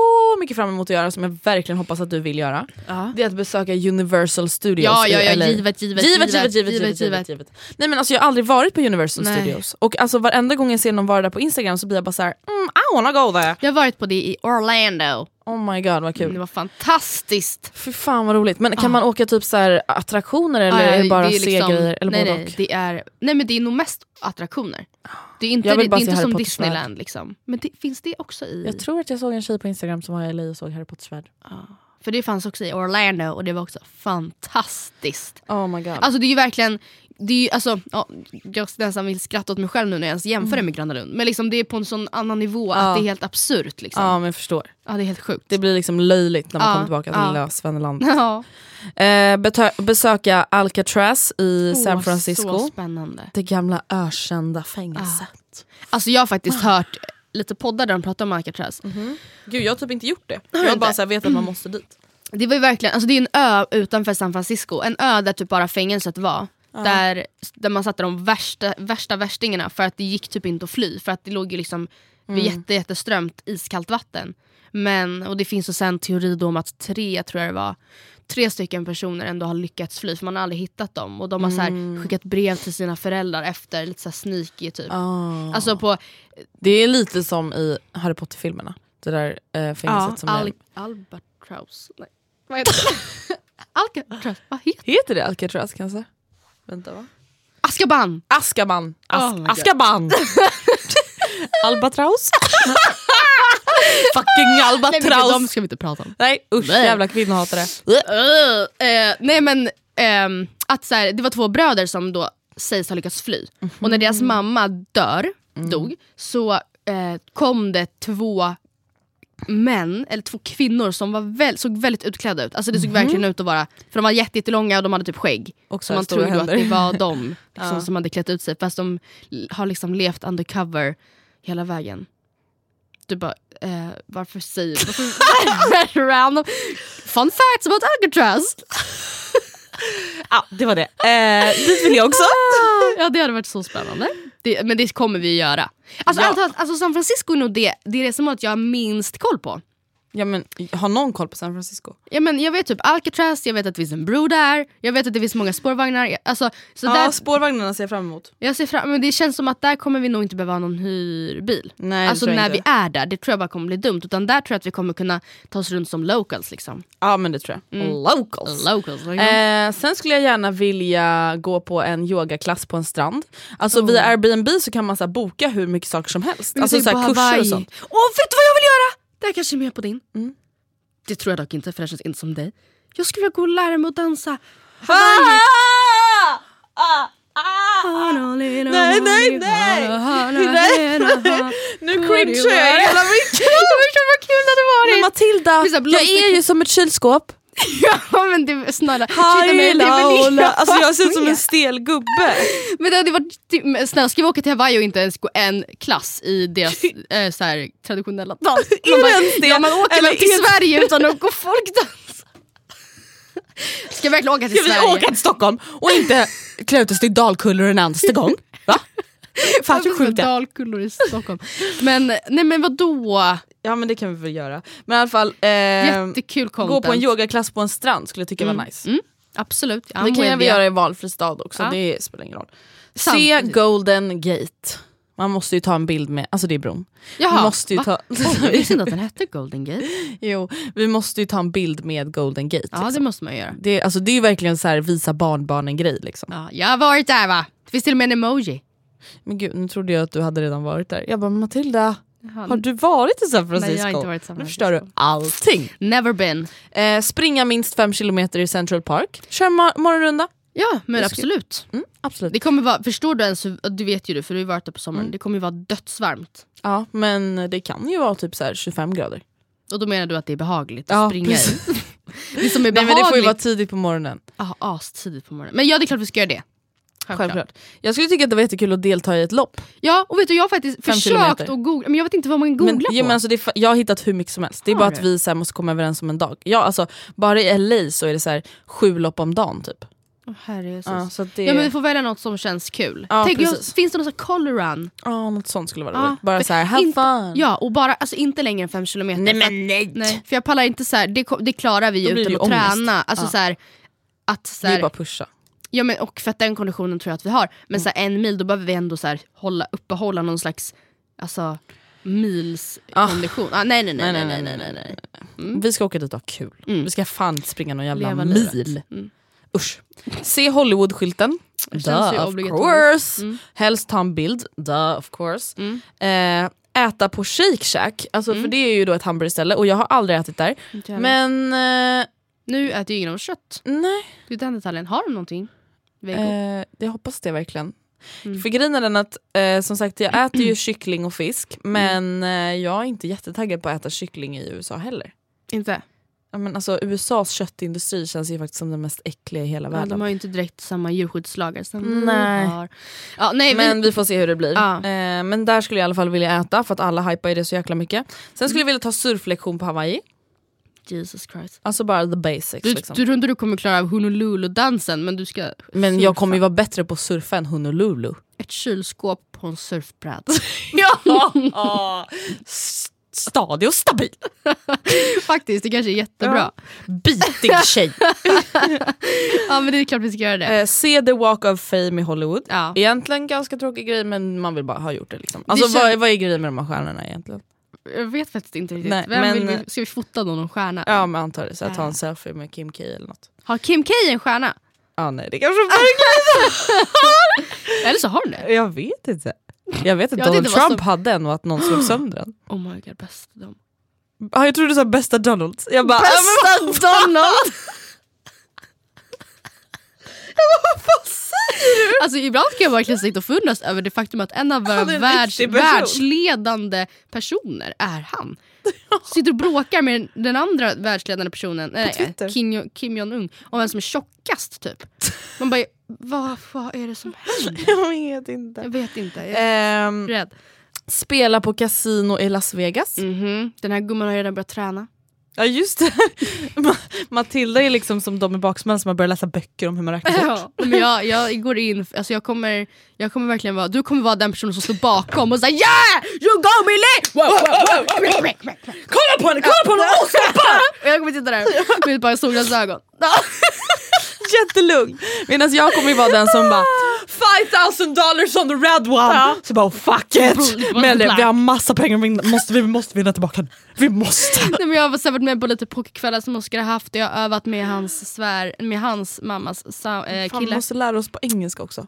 Speaker 1: mycket fram emot att göra som jag verkligen hoppas att du vill göra.
Speaker 2: Ja.
Speaker 1: Det är att besöka Universal Studios
Speaker 2: Ja,
Speaker 1: i
Speaker 2: ja, ja,
Speaker 1: LA.
Speaker 2: givet, givet,
Speaker 1: givet, givet,
Speaker 2: givet,
Speaker 1: givet,
Speaker 2: givet,
Speaker 1: givet, givet, givet. Nej men alltså jag har aldrig varit på Universal
Speaker 2: Nej.
Speaker 1: Studios. Och alltså varenda gång jag ser någon vara där på Instagram så blir jag bara så här: mm, I wanna go there.
Speaker 2: Jag har varit på det i Orlando.
Speaker 1: Oh my god vad kul.
Speaker 2: Mm, Det var fantastiskt.
Speaker 1: Fy fan vad roligt. Men kan man åka typ så här attraktioner eller
Speaker 2: Ah, Ja,
Speaker 1: är det bara
Speaker 2: Eh, är liksom-
Speaker 1: se grejer? Eller
Speaker 2: nej,
Speaker 1: både
Speaker 2: nej,
Speaker 1: och?
Speaker 2: det är, nej men det är nog mest attraktioner. Det är inte,
Speaker 1: Jag
Speaker 2: det,
Speaker 1: vill
Speaker 2: det
Speaker 1: bara
Speaker 2: är
Speaker 1: se
Speaker 2: inte
Speaker 1: Harry
Speaker 2: som
Speaker 1: Potters
Speaker 2: Disneyland liksom. Men det, finns det också i...
Speaker 1: Jag tror att jag såg en tjej på Instagram som var i LA och såg Harry Potters värld.
Speaker 2: För det fanns också i Orlando och det var också fantastiskt.
Speaker 1: Oh my god.
Speaker 2: Alltså det är ju verkligen, det är ju, alltså, ja, jag nästan vill skratta åt mig själv nu när jag ens
Speaker 1: Mm.
Speaker 2: jämför det med Gröna Lund. Men liksom, det är på en sån annan nivå att det är helt absurt. Liksom.
Speaker 1: ja
Speaker 2: Ja.
Speaker 1: men jag förstår.
Speaker 2: det är helt sjukt.
Speaker 1: Det blir liksom löjligt när man
Speaker 2: Ja,
Speaker 1: kommer tillbaka till
Speaker 2: ja.
Speaker 1: lilla Svenneland.
Speaker 2: ja.
Speaker 1: Eh, betö- besöka Alcatraz i San
Speaker 2: Åh,
Speaker 1: Francisco.
Speaker 2: Så spännande.
Speaker 1: Det gamla ökända fängelset.
Speaker 2: Alltså jag har faktiskt hört lite poddar där de pratar om Alcatraz.
Speaker 1: Gud jag har typ inte gjort det.
Speaker 2: du
Speaker 1: Jag bara
Speaker 2: inte?
Speaker 1: så här vet att man måste dit.
Speaker 2: Det var ju verkligen, alltså det är en ö utanför San Francisco, en ö där typ bara fängelset var. Där, där man satte de värsta, värsta värstingarna för att det gick typ inte att fly. För att det låg ju liksom vid jätte, jätteströmt iskallt vatten. Men, och det finns också en teori då om att tre, tror jag det var, tre stycken personer ändå har lyckats fly för man har aldrig hittat dem. Och de har så här, skickat brev till sina föräldrar efter, lite så här sneaky typ. Alltså på
Speaker 1: Det är lite som i Harry Potter-filmerna. Det där eh, fängelset som
Speaker 2: Al-
Speaker 1: är...
Speaker 2: Albatross. Nej. Vad heter det? Alcatraz? Vad heter
Speaker 1: Heter det Alcatraz kanske? Vänta va?
Speaker 2: Azkaban!
Speaker 1: Askaban! As-
Speaker 2: Oh my God.
Speaker 1: Askaban! Albatraus? Fucking
Speaker 2: Nej, men gud, de
Speaker 1: albatraus!
Speaker 2: ska vi inte prata om.
Speaker 1: Nej usch
Speaker 2: Nej.
Speaker 1: jävla kvinnohatare.
Speaker 2: Eh, eh, nej men, ehm, att så här, det var två bröder som då sägs ha lyckats fly. Och när
Speaker 1: Mhm.
Speaker 2: deras mamma dör,
Speaker 1: Mm.
Speaker 2: dog, så eh, kom det två män, eller två kvinnor som var väl, såg väldigt utklädda ut. Alltså det såg verkligen ut att vara, för de var jätte- jättelånga och de hade typ skägg.
Speaker 1: Mhm. Och så
Speaker 2: så
Speaker 1: här
Speaker 2: man
Speaker 1: stora
Speaker 2: trodde ju att
Speaker 1: händer.
Speaker 2: det var de liksom, som hade klätt ut sig. Fast de l- har liksom levt undercover hela vägen. Du bara, eh, varför säger du... Varför, random. Fun facts about Alcatraz!
Speaker 1: Ja det var det. Eh, dit vill jag också.
Speaker 2: ja det hade varit så spännande. Det, men det kommer vi göra. Alltså,
Speaker 1: Ja.
Speaker 2: allt- alltså San Francisco är nog det, det, är det som att jag har minst koll på.
Speaker 1: Ja, men, har någon koll på San Francisco?
Speaker 2: Ja, men jag vet typ Alcatraz, jag vet att det finns en bro där, jag vet att det finns många spårvagnar. Jag- Alltså, så
Speaker 1: ja,
Speaker 2: där,
Speaker 1: spårvagnarna ser jag fram emot.
Speaker 2: jag ser fram, men det känns som att där kommer vi nog inte behöva ha någon hyrbil.
Speaker 1: Nej, det
Speaker 2: alltså
Speaker 1: tror jag
Speaker 2: när
Speaker 1: inte.
Speaker 2: vi är där, det tror jag bara kommer bli dumt. Utan där tror jag att vi kommer kunna ta oss runt som locals. Liksom.
Speaker 1: Ja men det tror jag. Locals.
Speaker 2: Mm. Locals liksom.
Speaker 1: Eh, sen skulle jag gärna vilja gå på en yogaklass på en strand. Alltså via Airbnb så kan man så här, boka hur mycket saker som helst.
Speaker 2: Oh. Men
Speaker 1: Alltså
Speaker 2: typ
Speaker 1: så här,
Speaker 2: på
Speaker 1: kurser
Speaker 2: Hawaii.
Speaker 1: och sånt.
Speaker 2: Åh, vet du vad jag vill göra? Det här kanske är med på din.
Speaker 1: Mm.
Speaker 2: Det tror jag dock inte, för det känns inte som dig. Jag skulle vilja gå och lära mig att dansa. Hawaii.
Speaker 1: Ah! Nej, nej, nej. Nej. Nu cringear jag hela mitt
Speaker 2: Vad kul det hade varit!
Speaker 1: Men Matilda,
Speaker 2: Vissa
Speaker 1: jag är ju
Speaker 2: blomsterkvist-
Speaker 1: som ett kylskåp.
Speaker 2: Ja men det, snälla, shit, men det är väl
Speaker 1: Laula.
Speaker 2: jag.
Speaker 1: Alltså jag ser ut som en stel gubbe.
Speaker 2: Men det hade varit, typ- men snälla ska vi åka till Hawaii och inte ens gå en klass i deras eh, så här, traditionella dans?
Speaker 1: Är
Speaker 2: Man
Speaker 1: det ens det?
Speaker 2: Ja man åker
Speaker 1: Eller
Speaker 2: väl till
Speaker 1: är det-
Speaker 2: Sverige utan att gå folkdans? Ska vi verkligen åka till
Speaker 1: Ska vi
Speaker 2: Sverige?
Speaker 1: åka till Stockholm och inte klä ut oss till dalkullor en nästa gång? Va? Fan
Speaker 2: Varför
Speaker 1: vad sjukt det är.
Speaker 2: Dalkullor i Stockholm. Men, nej men vadå?
Speaker 1: Ja men det kan vi väl göra. Men i alla fall, eh,
Speaker 2: Jättekul
Speaker 1: gå
Speaker 2: content.
Speaker 1: på en yogaklass på en strand skulle jag tycka var nice.
Speaker 2: Absolut. I'm
Speaker 1: Det kan jag
Speaker 2: with
Speaker 1: väl
Speaker 2: you.
Speaker 1: göra i valfri stad också,
Speaker 2: Ja.
Speaker 1: det spelar ingen roll.
Speaker 2: Sant,
Speaker 1: Se
Speaker 2: precis.
Speaker 1: Golden Gate. Man måste ju ta en bild med, alltså det är bron.
Speaker 2: Jaha,
Speaker 1: vi måste ju
Speaker 2: va?
Speaker 1: ta,
Speaker 2: Oj, jag visste inte att den hette Golden Gate.
Speaker 1: jo, vi måste ju ta en bild med Golden Gate.
Speaker 2: Ja
Speaker 1: liksom.
Speaker 2: det måste man göra.
Speaker 1: det, alltså, det är ju verkligen så här, visa barnbarnen grej liksom.
Speaker 2: Ja, jag har varit där va? Det finns till och med en emoji.
Speaker 1: Men gud, nu trodde jag att du hade redan varit där. Jag bara Matilda,
Speaker 2: Jaha,
Speaker 1: har du varit i San Francisco?
Speaker 2: Nej, jag har inte varit i San
Speaker 1: Nu
Speaker 2: Francisco.
Speaker 1: förstör du allting.
Speaker 2: Never been.
Speaker 1: Eh, springa minst fem kilometer i Central Park. Kör ma- morgonrunda.
Speaker 2: Ja men
Speaker 1: Jag ska-
Speaker 2: absolut.
Speaker 1: Mm, absolut.
Speaker 2: Det kommer vara, förstår du ens, hur- du vet ju det för du har ju varit där på sommaren,
Speaker 1: Mm.
Speaker 2: det kommer ju vara dödsvarmt.
Speaker 1: Ja, men det kan ju vara typ så här 25 grader.
Speaker 2: Och då menar du att det är behagligt att
Speaker 1: Ja,
Speaker 2: springa
Speaker 1: precis.
Speaker 2: i. Det som är
Speaker 1: Nej, men det får ju
Speaker 2: behagligt,
Speaker 1: vara tidigt på morgonen.
Speaker 2: ah, astidigt på morgonen. Men ja det är klart vi ska göra det.
Speaker 1: Självklart. Jag skulle tycka att det var jättekul att delta i ett lopp.
Speaker 2: Ja och vet du jag har faktiskt
Speaker 1: Fem
Speaker 2: försökt
Speaker 1: kilometer.
Speaker 2: att googla, men jag vet inte vad man googlar
Speaker 1: men,
Speaker 2: på.
Speaker 1: ja, men alltså det är, fa- jag har hittat hur mycket som helst. Det är
Speaker 2: Har
Speaker 1: bara att
Speaker 2: du?
Speaker 1: vi så här, måste komma överens om en dag. Ja, alltså, bara i LA så är det så här, sju lopp om dagen typ.
Speaker 2: Åh, herre Jesus.
Speaker 1: Ja, så att det...
Speaker 2: Ja men vi får välja något som känns kul.
Speaker 1: Ja,
Speaker 2: Tänk, jag,
Speaker 1: precis.
Speaker 2: finns det någon sån här color run?
Speaker 1: Ja, något sånt skulle vara
Speaker 2: Ja,
Speaker 1: roligt. Bara
Speaker 2: för
Speaker 1: så här, have
Speaker 2: inte,
Speaker 1: fun.
Speaker 2: Ja, och bara, alltså, inte längre än fem kilometer.
Speaker 1: Nej,
Speaker 2: för
Speaker 1: men
Speaker 2: att-
Speaker 1: nej.
Speaker 2: För jag pallar inte så här, det, ko- det klarar vi
Speaker 1: Då blir
Speaker 2: utan
Speaker 1: det
Speaker 2: att
Speaker 1: ju ångest.
Speaker 2: träna. Alltså,
Speaker 1: Ja.
Speaker 2: så här, att, så
Speaker 1: Det är bara
Speaker 2: här,
Speaker 1: Mm. att pusha.
Speaker 2: ja, men, och för att den konditionen tror jag att vi har. Men så här, en mil, då behöver vi ändå så här, hålla, uppehålla någon slags alltså,
Speaker 1: Ah.
Speaker 2: milskondition. Ah. nej, nej, nej, nej, nej, nej, nej, nej.
Speaker 1: Vi ska åka dit och ha kul.
Speaker 2: Mm.
Speaker 1: Vi ska fan springa någon jävla
Speaker 2: Leva livet.
Speaker 1: mil.
Speaker 2: Mm.
Speaker 1: Usch. Se Hollywood-skylten.
Speaker 2: Det känns
Speaker 1: Duh,
Speaker 2: ju
Speaker 1: of
Speaker 2: obligatoriskt.
Speaker 1: course.
Speaker 2: Mm.
Speaker 1: Helst ta en bild. Duh, of course.
Speaker 2: Mm.
Speaker 1: Eh, äta på Shake Shack, alltså, för det är ju då ett hamburgerställe och jag har aldrig ätit där.
Speaker 2: Inte heller.
Speaker 1: Men eh,
Speaker 2: Nu äter ju ingen av oss kött.
Speaker 1: nej,
Speaker 2: Det är den detaljen. Har de någonting? Vego?
Speaker 1: eh, jag hoppas det verkligen.
Speaker 2: Mm.
Speaker 1: För grejen är den att eh, som sagt jag äter ju kyckling och fisk men eh, jag är inte jättetaggad på att äta kyckling i USA heller.
Speaker 2: Inte?
Speaker 1: Ja, men alltså, USAs köttindustri känns ju faktiskt som den mest äckliga i hela
Speaker 2: Ja,
Speaker 1: världen.
Speaker 2: de har ju inte direkt samma djurskyddslagar som
Speaker 1: Nej.
Speaker 2: vi har. Ja, nej,
Speaker 1: Men vi får se hur det blir.
Speaker 2: Ja.
Speaker 1: Eh, men där skulle jag i alla fall vilja äta för att alla hypar ju det så jäkla mycket. Sen
Speaker 2: Mm.
Speaker 1: skulle jag vilja ta surflektion på Hawaii.
Speaker 2: Jesus Christ.
Speaker 1: Alltså bara the basics.
Speaker 2: Du,
Speaker 1: liksom.
Speaker 2: du tror inte du kommer klara av Honolulu-dansen men du ska
Speaker 1: men
Speaker 2: surfa.
Speaker 1: jag kommer ju vara bättre på att surfa än Honolulu.
Speaker 2: Ett kylskåp på en surfbräda.
Speaker 1: ja! S- Stadig och stabil.
Speaker 2: Faktiskt, det kanske är jättebra. Ja.
Speaker 1: Bitig tjej.
Speaker 2: men det är klart vi ska göra det.
Speaker 1: eh, se The Walk of Fame i Hollywood.
Speaker 2: Ja.
Speaker 1: Egentligen ganska tråkig grej men man vill bara ha gjort det. Liksom. Alltså,
Speaker 2: känns-
Speaker 1: vad, vad är grejen med de här stjärnorna egentligen?
Speaker 2: Jag vet faktiskt inte riktigt.
Speaker 1: Nej,
Speaker 2: Vem vill
Speaker 1: men-
Speaker 2: vi, ska vi fota någon stjärna?
Speaker 1: Mm. Ja men antar det, så jag tar en selfie med Kim K eller något.
Speaker 2: Har Kim K en stjärna?
Speaker 1: Ja nej det kanske verkligen
Speaker 2: Eller så har hon det.
Speaker 1: Jag vet inte. Jag vet att
Speaker 2: Ja, det
Speaker 1: Donald
Speaker 2: inte var
Speaker 1: Trump
Speaker 2: så-
Speaker 1: hade en och att någon slog sönder den.
Speaker 2: Oh my god, bästa dem.
Speaker 1: Ja, jag trodde du sa bästa Donald. Jag bara, bästa Donald!
Speaker 2: Alltså ibland kan jag verkligen sitta och förundras över det faktum att en av våra
Speaker 1: Han är en
Speaker 2: världs,
Speaker 1: riktig person.
Speaker 2: världsledande personer är han. Sitter och bråkar med den andra världsledande personen, nej,
Speaker 1: Twitter.
Speaker 2: Kim, Jo- Kim Jong-Un, om vem som är tjockast typ. Man bara, vad, vad är det som händer?
Speaker 1: jag vet inte.
Speaker 2: Jag vet inte, jag är
Speaker 1: Ehm,
Speaker 2: rädd.
Speaker 1: spela på kasino i Las Vegas. Mm.
Speaker 2: Mhm, Den här gumman har redan börjat träna.
Speaker 1: Ja just det. Ma- Matilda är liksom som de i Baksmällan som har börjat läsa böcker om hur man räknar bort.
Speaker 2: Ja, men jag, jag går in, alltså jag, kommer, jag kommer verkligen vara, du kommer vara den personen som står bakom och säger yeah! You go Millie! Wow, wow, wow.
Speaker 1: Kolla på henne, kolla på henne! Åh, soppa!
Speaker 2: Och jag kommer titta där med ett par solglasögon.
Speaker 1: Jättelugn. Medan jag kommer ju vara den som bara 5000 dollars on the red one. Så bara oh, fuck it. Men det- vi har massa pengar att vinna, måste, vi måste vinna tillbaka den. Vi måste.
Speaker 2: Nej, men jag har så varit med på lite pokerkvällar som Oskar har haft och jag har övat med hans, svär, med hans mammas sa, eh,
Speaker 1: Fan, vi
Speaker 2: kille.
Speaker 1: måste lära oss på engelska också.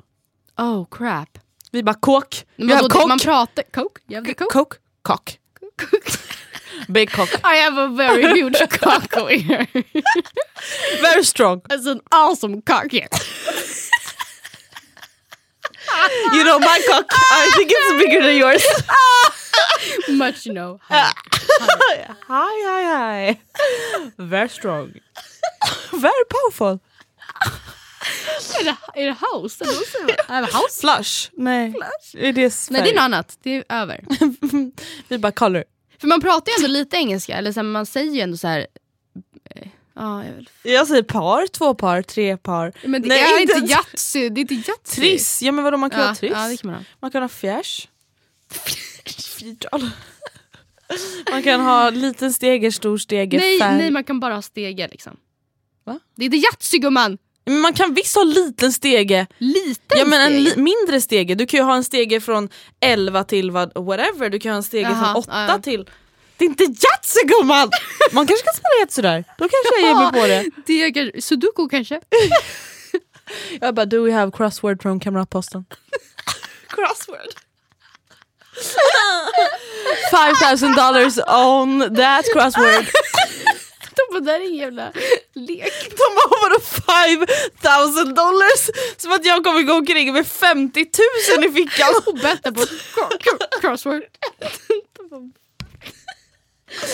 Speaker 2: Oh crap.
Speaker 1: Vi bara kåk,
Speaker 2: Men
Speaker 1: vi har
Speaker 2: vadå, man
Speaker 1: kåk,
Speaker 2: pratar... Coke? You have the coke?
Speaker 1: kåk, kåk. Big cock,
Speaker 2: I have a very huge cock over here.
Speaker 1: very strong.
Speaker 2: It's an Alltså, awesome cock here.
Speaker 1: You know my cock, I think it's bigger than yours.
Speaker 2: Much you know.
Speaker 1: Hi, hi, hi. Very strong. Very powerful.
Speaker 2: Är det, är det house? Eller vad säger man? I have a house?
Speaker 1: Slush? Nej. Är det
Speaker 2: Nej det är något annat, det är över.
Speaker 1: Vi bara color.
Speaker 2: För man pratar ju ändå lite engelska, eller så här, man säger ju ändå så här... eh, Ja, jag vill...
Speaker 1: Jag säger par, två par, tre par.
Speaker 2: Men det
Speaker 1: Nej,
Speaker 2: är inte
Speaker 1: ens-
Speaker 2: Yatzy, det är inte Yatzy.
Speaker 1: Triss, ja men vadå man kan
Speaker 2: Ja,
Speaker 1: ha triss,
Speaker 2: ja, det kan man ha.
Speaker 1: man kan ha fjärs. Fjärdal. man kan ha liten stege, stor stege,
Speaker 2: Nej,
Speaker 1: färg.
Speaker 2: nej, man kan bara ha stege liksom.
Speaker 1: Va?
Speaker 2: Det är inte Yatzy gumman!
Speaker 1: Men man kan visst ha liten stege.
Speaker 2: Liten
Speaker 1: ja men en
Speaker 2: stege.
Speaker 1: li- mindre stege, du kan ju ha en stege från 11 till vad, whatever, du kan ha en stege
Speaker 2: Jaha,
Speaker 1: från 8
Speaker 2: ja, ja.
Speaker 1: till... Det är inte Yatzy gumman! Man kanske kan spela Yatzy där, då kanske jag ger mig på det.
Speaker 2: det är kanske- Ah, Sudoku kanske?
Speaker 1: Jag bara, do we have crossword från kamratposten?
Speaker 2: Crossword.
Speaker 1: Five thousand dollars on that crossword.
Speaker 2: De bara, det där är ingen jävla lek.
Speaker 1: De bara vadå 5000 dollars? Som att jag kommer gå omkring med 50 000 i fickan.
Speaker 2: Och betta på cro- cro- crossword.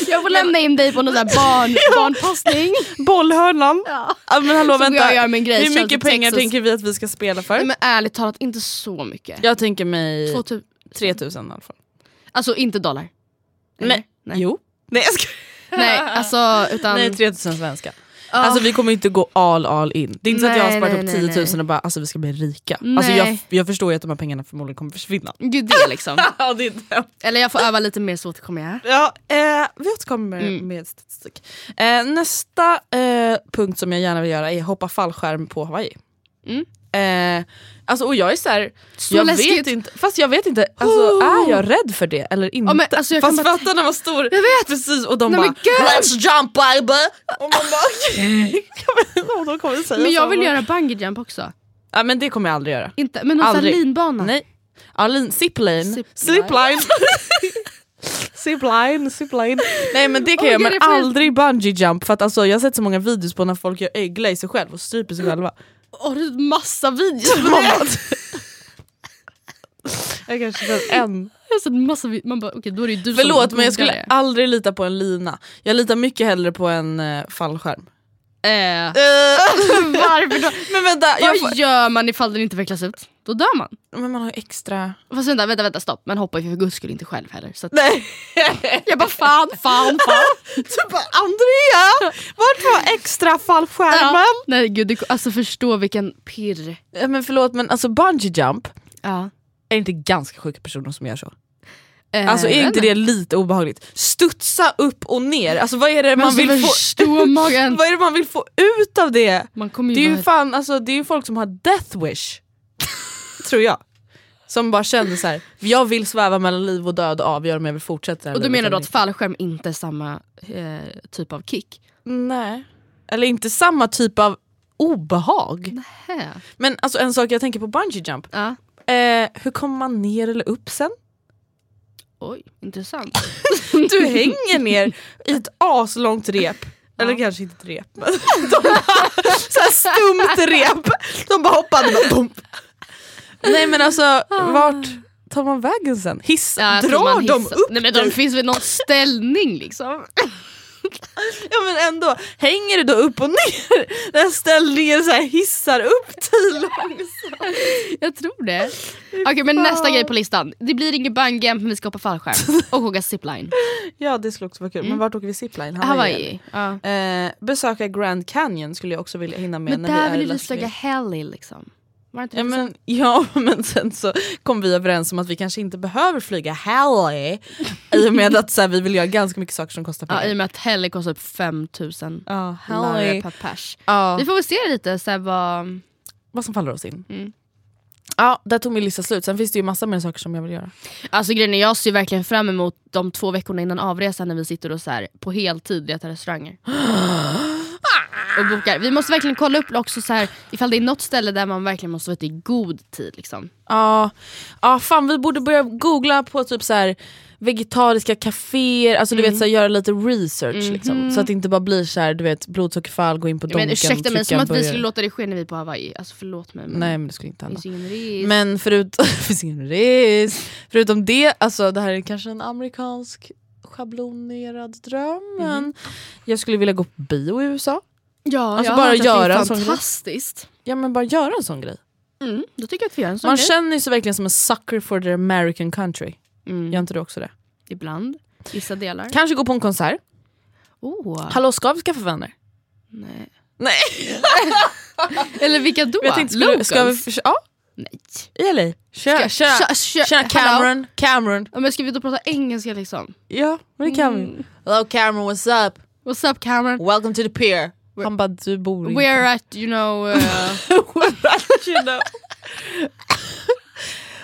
Speaker 2: Jag får lämna in dig på någon sån här barn, barnpassning.
Speaker 1: Bollhörnan.
Speaker 2: Ja.
Speaker 1: Ja, men hallå
Speaker 2: Som
Speaker 1: vänta.
Speaker 2: jag gör med en grej,
Speaker 1: Hur
Speaker 2: Chelsea
Speaker 1: mycket pengar
Speaker 2: Texas.
Speaker 1: tänker vi att vi ska spela för?
Speaker 2: Nej, men ärligt talat, inte så mycket.
Speaker 1: Jag tänker mig
Speaker 2: Två tu-
Speaker 1: 3000 i alla fall.
Speaker 2: alltså inte dollar.
Speaker 1: Nej.
Speaker 2: Nej.
Speaker 1: Jo. Nej jag skojar.
Speaker 2: Nej, alltså utan...
Speaker 1: Nej 3000 svenska. Alltså vi kommer inte gå all all in. Det är inte så att jag har
Speaker 2: Nej,
Speaker 1: sparat
Speaker 2: nej,
Speaker 1: upp
Speaker 2: nej,
Speaker 1: 10 000
Speaker 2: nej.
Speaker 1: och bara alltså vi ska bli rika. Alltså jag,
Speaker 2: Nej.
Speaker 1: jag förstår ju att de här pengarna förmodligen kommer försvinna.
Speaker 2: Gud det liksom.
Speaker 1: Ja, det är det.
Speaker 2: Eller jag får öva lite mer så återkommer jag.
Speaker 1: Ja, eh, vi återkommer
Speaker 2: Mm.
Speaker 1: med statistik. Eh, nästa eh, punkt som jag gärna vill göra är hoppa fallskärm på Hawaii. Eh, alltså, och jag är så här,
Speaker 2: Mm. Så
Speaker 1: jag
Speaker 2: läskigt. Oh.
Speaker 1: vet inte, fast jag vet inte, alltså, är jag rädd för det eller inte?
Speaker 2: men alltså, jag kan
Speaker 1: fast
Speaker 2: bara
Speaker 1: fatta när man står
Speaker 2: Jag vet!
Speaker 1: precis och de
Speaker 2: Nej,
Speaker 1: bara
Speaker 2: men gud!
Speaker 1: “Let's jump baby!” och man bara okej. Jag vet inte om de kommer säga
Speaker 2: Men jag
Speaker 1: samma.
Speaker 2: vill göra bungee jump också.
Speaker 1: Ja, men det kommer jag aldrig göra.
Speaker 2: Inte, men någon sån här
Speaker 1: Aldrig.
Speaker 2: linbana.
Speaker 1: Nej. Arlin, zipline.
Speaker 2: Zipline.
Speaker 1: Zipline. Zipline, zipline. Nej men det kan
Speaker 2: Oh
Speaker 1: jag
Speaker 2: my
Speaker 1: men
Speaker 2: God, jag får helt-
Speaker 1: aldrig bungee jump för att alltså, jag har sett så många videos på när folk gör ögla i sig själv och stryper sig själva.
Speaker 2: Har du massa videos på
Speaker 1: Man
Speaker 2: det?
Speaker 1: bara- jag kanske sett en.
Speaker 2: Jag har sett massa videos. Man bara okej då är det ju du
Speaker 1: Förlåt
Speaker 2: som
Speaker 1: men jag skulle
Speaker 2: googlar det.
Speaker 1: aldrig lita på en lina. Jag litar mycket hellre på en eh, fallskärm.
Speaker 2: Eh,
Speaker 1: Varför då? Men vänta, Ah. jag
Speaker 2: vad
Speaker 1: får...
Speaker 2: gör man ifall den inte vecklas ut? Då dör man.
Speaker 1: men man har ju extra...
Speaker 2: Fast vänta, vänta, vänta stopp. Man hoppar ju för guds skull inte själv heller. Så att,
Speaker 1: Nej.
Speaker 2: jag bara fan, fan, fan.
Speaker 1: Du bara Andrea, vart var extra fallskärmen?
Speaker 2: Ja. Nej gud, det, alltså förstå vilken pirr.
Speaker 1: Ja, men förlåt men alltså bungee jump,
Speaker 2: Ja.
Speaker 1: är det inte ganska sjuka personer som gör så?
Speaker 2: Eh,
Speaker 1: Alltså är inte det lite obehagligt? Studsa upp och ner, alltså vad är det man
Speaker 2: alltså,
Speaker 1: vill få
Speaker 2: förstå magen.
Speaker 1: vad är det man vill få ut av det?
Speaker 2: Man kommer
Speaker 1: Det
Speaker 2: ju
Speaker 1: är ju
Speaker 2: vara-
Speaker 1: fan, alltså, det är ju folk som har death wish. Tror jag. Som bara känner så här: jag vill sväva mellan liv och död och avgöra om jag vill fortsätta. det här
Speaker 2: Och du
Speaker 1: livet
Speaker 2: menar då
Speaker 1: eller
Speaker 2: att fallskärm inte är samma eh, typ av kick?
Speaker 1: inte. Nej. Eller inte samma typ av obehag.
Speaker 2: Hä?
Speaker 1: Men alltså en sak jag tänker på bungee jump.
Speaker 2: Ja.
Speaker 1: Eh, hur kommer man ner eller upp sen?
Speaker 2: Oj, intressant.
Speaker 1: Du hänger ner i ett aslångt rep. Eller kanske inte ett rep, men de bara, så här stumt rep. De bara hoppade. Bara, dump. Nej men alltså, vart tar man vägen sen? Hiss,
Speaker 2: Ja, jag tror
Speaker 1: drar
Speaker 2: man
Speaker 1: de
Speaker 2: hissar-
Speaker 1: upp
Speaker 2: Nej men de
Speaker 1: dig?
Speaker 2: finns väl någon ställning liksom?
Speaker 1: Ja men ändå, hänger du då upp och ner? Den ställ ner så här hissar upp dig långsamt.
Speaker 2: Jag tror det. Okej men nästa grej på listan. Det blir ingen bungyjump men vi ska hoppa fallskärm och åka zipline.
Speaker 1: Ja det skulle också vara kul, men vart åker vi zipline?
Speaker 2: Hawaii. Ja.
Speaker 1: Eh, besöka Grand Canyon skulle jag också vilja hinna med
Speaker 2: Men
Speaker 1: när vi
Speaker 2: där
Speaker 1: är i
Speaker 2: vill vi
Speaker 1: Las
Speaker 2: flyga
Speaker 1: Vegas.
Speaker 2: heli liksom. Var det inte
Speaker 1: Ja
Speaker 2: det du sa?
Speaker 1: men, ja men sen så kom vi överens om att vi kanske inte behöver flyga Halle i och med att så här, vi vill göra ganska mycket saker som kostar
Speaker 2: Ja, I
Speaker 1: pengar.
Speaker 2: och med att heli kostar upp 5000
Speaker 1: Ja, Halle.
Speaker 2: lire per pers.
Speaker 1: Ja,
Speaker 2: Vi får väl se lite så här, vad...
Speaker 1: vad som faller oss in.
Speaker 2: Mm.
Speaker 1: Ja, där tog min lista slut. Sen finns det ju massa mer saker som jag vill göra.
Speaker 2: Alltså grejen är, jag ser verkligen fram emot de två veckorna innan avresan när vi sitter och så här, på heltid letar restauranger. och bokar. Vi måste verkligen kolla upp också så här, ifall det är något ställe där man verkligen måste vara ute i god tid. Liksom.
Speaker 1: Ja, ja fan vi borde börja googla på typ så här vegetariska kaféer, alltså du
Speaker 2: Mm.
Speaker 1: vet så här, göra lite research liksom. Så att det inte bara blir så här, du vet blodsockerfall, gå in på
Speaker 2: Ja,
Speaker 1: Donken,
Speaker 2: Mm. Men ursäkta mig,
Speaker 1: trycka
Speaker 2: som
Speaker 1: en
Speaker 2: att vi
Speaker 1: burgare.
Speaker 2: skulle låta det ske när vi är på Hawaii. Alltså förlåt mig. Men
Speaker 1: Nej men det skulle inte
Speaker 2: Det
Speaker 1: hända.
Speaker 2: finns ju ingen risk.
Speaker 1: Men förut, det finns ingen risk. Förutom det, alltså det här är kanske en amerikansk schablonerad dröm men jag skulle vilja gå på bio i USA.
Speaker 2: ja,
Speaker 1: alltså
Speaker 2: jag
Speaker 1: bara
Speaker 2: har hört att
Speaker 1: göra
Speaker 2: det
Speaker 1: en
Speaker 2: är
Speaker 1: sån grej.
Speaker 2: fantastiskt.
Speaker 1: Ja men bara göra en sån grej.
Speaker 2: Mm, då tycker jag att vi gör en sån
Speaker 1: Man
Speaker 2: grej.
Speaker 1: känner ju sig verkligen som en sucker for the American country.
Speaker 2: Mm.
Speaker 1: Gör inte du också det?
Speaker 2: Ibland, vissa delar.
Speaker 1: Kanske gå på en konsert.
Speaker 2: Oh.
Speaker 1: Hallå ska vi skaffa vänner?
Speaker 2: Nej.
Speaker 1: Nej.
Speaker 2: Eller vilka då?
Speaker 1: Jag tänkte, skulle, ska vi,
Speaker 2: Locals?
Speaker 1: förs- ja,
Speaker 2: Nej.
Speaker 1: i LA. Tja,
Speaker 2: Ska-
Speaker 1: tja,
Speaker 2: tja- tja-
Speaker 1: tja Cameron. Cameron.
Speaker 2: Ja, men ska vi då prata engelska liksom?
Speaker 1: Ja, men det kan vi. Mm. Hello Cameron, what's up?
Speaker 2: What's up Cameron?
Speaker 1: Welcome to the pier. Han bara, du bor inte
Speaker 2: We're at you know... Uh,
Speaker 1: you know.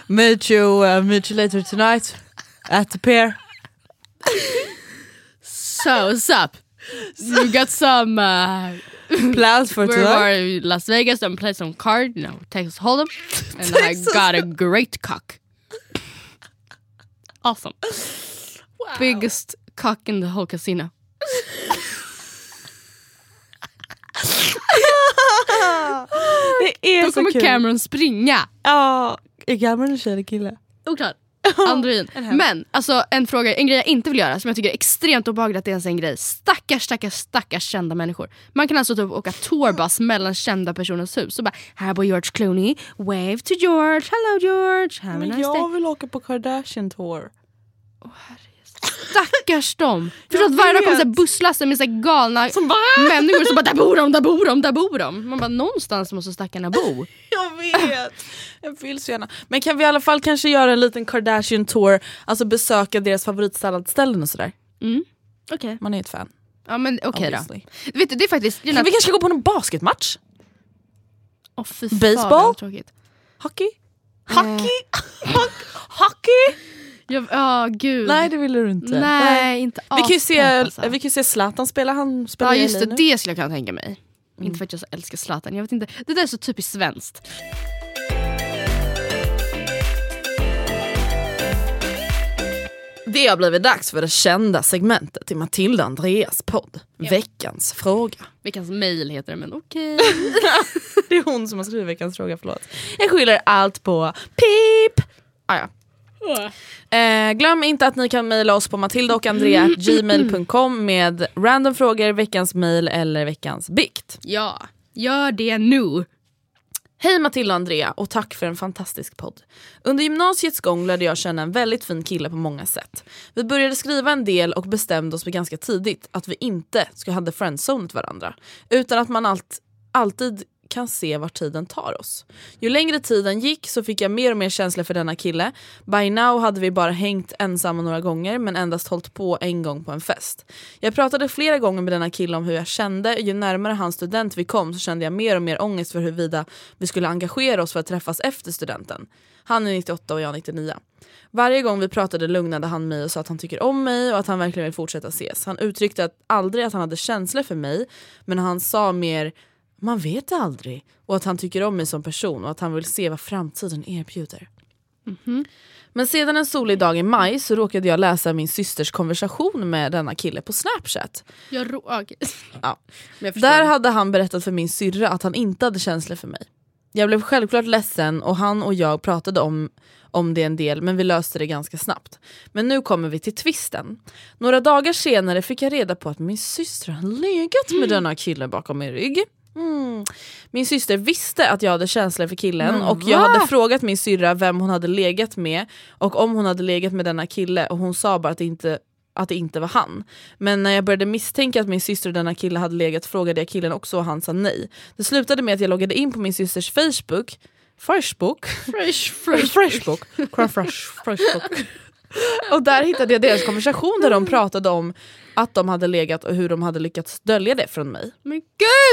Speaker 1: meet you, uh, meet you later tonight at the pier.
Speaker 2: so what's up? You got some... Uh,
Speaker 1: Plans for
Speaker 2: we were
Speaker 1: tonight.
Speaker 2: in Las Vegas and played some card, you know, Texas Hold'em. And I got a great cock. Awesome. Biggest cock in the whole casino.
Speaker 1: Det är
Speaker 2: Då kommer Cameron springa.
Speaker 1: Ja, är Cameron en tjej eller kille?
Speaker 2: Oklart. Android. Men alltså, en fråga, en grej jag inte vill göra som jag tycker är extremt obehagligt att det ens är en grej. Stackars, stackars, stackars kända människor. Man kan alltså typ åka tourbuss mellan kända personers hus och bara “Här bor George Clooney, wave to George, hello George, have a nice day”.
Speaker 1: vill åka på Kardashian tour.
Speaker 2: Stackars dem! Förstår att varje dag kommer så här busslaster med så här galna människor som bara “Där bor de, där bor de, där bor de”. Man bara “Någonstans måste stackarna bo”.
Speaker 1: Jag vet, jag vill så gärna. Men kan vi i alla fall kanske göra en liten Kardashian tour, alltså besöka deras favoritsalladsställen och sådär.
Speaker 2: Okej.
Speaker 1: Man är ju ett fan.
Speaker 2: Ja men okej
Speaker 1: Obviously.
Speaker 2: då. Vet du, det är faktiskt...
Speaker 1: Vi kanske ska gå på någon basketmatch?
Speaker 2: Åh, fy fan,
Speaker 1: Baseball?
Speaker 2: vad tråkigt.
Speaker 1: Hockey? Hockey? Hockey?
Speaker 2: Jag, ja, gud.
Speaker 1: Nej det ville du inte.
Speaker 2: Nej, inte
Speaker 1: Vi kan, ju se,
Speaker 2: aspepp, alltså.
Speaker 1: vi kan ju se Zlatan spela, han spelar
Speaker 2: Ja
Speaker 1: i
Speaker 2: just
Speaker 1: LA
Speaker 2: det,
Speaker 1: nu. Mm.
Speaker 2: det skulle jag kunna tänka mig. Inte för att jag så älskar Zlatan, jag vet inte. Det där är så typiskt svenskt.
Speaker 1: Det har blivit dags för det kända segmentet i Matilda och Andreas podd. Veckans fråga.
Speaker 2: Veckans mail heter det men okej.
Speaker 1: det är hon som har skrivit veckans fråga, förlåt. Jag skyller allt på pip! Ah, ja. Eh, glöm inte att ni kan mejla oss på matildaochandrea.gmail.com med random frågor, veckans mejl eller veckans bikt.
Speaker 2: ja, gör det nu.
Speaker 1: Hej Matilda och Andrea och tack för en fantastisk podd. Under gymnasiets gång lärde jag känna en väldigt fin kille på många sätt. Vi började skriva en del och bestämde oss för ganska tidigt att vi inte ska hade friendzonat varandra. Utan att man allt, alltid kan se vart tiden tar oss. Ju längre tiden gick så fick jag mer och mer känslor för denna kille. By now hade vi bara hängt ensamma några gånger men endast hållit på en gång på en fest. Jag pratade flera gånger med denna kille om hur jag kände. Ju närmare hans student vi kom så kände jag mer och mer ångest för huruvida vi skulle engagera oss för att träffas efter studenten. Han är 98 och jag 99. Varje gång vi pratade lugnade han mig och sa att han tycker om mig och att han verkligen vill fortsätta ses. Han uttryckte att aldrig att han hade känslor för mig men han sa mer man vet aldrig och att han tycker om mig som person och att han vill se vad framtiden erbjuder. Men sedan en solig dag i maj så råkade jag läsa min systers konversation med denna kille på Snapchat.
Speaker 2: Jag rå... okej.
Speaker 1: Ja.
Speaker 2: Men jag förstår.
Speaker 1: Där hade han berättat för min syrra att han inte hade känslor för mig. Jag blev självklart ledsen och han och jag pratade om, om det en del men vi löste det ganska snabbt. Men nu kommer vi till tvisten. Några dagar senare fick jag reda på att min syster har legat med denna kille bakom min rygg. Mm. Min syster visste att jag hade känslor för killen och jag hade frågat min syrra vem hon hade legat med och om hon hade legat med denna kille och hon sa bara att det inte att det inte var han. Men när jag började misstänka att min syster och denna kille hade legat frågade jag killen också och han sa nej. Det slutade med att jag loggade in på min systers Facebook Facebook?
Speaker 2: Fresh,
Speaker 1: Facebook? Fresh, Facebook. Och där hittade jag deras konversation där de pratade om att de hade legat och hur de hade lyckats dölja det från mig.
Speaker 2: Men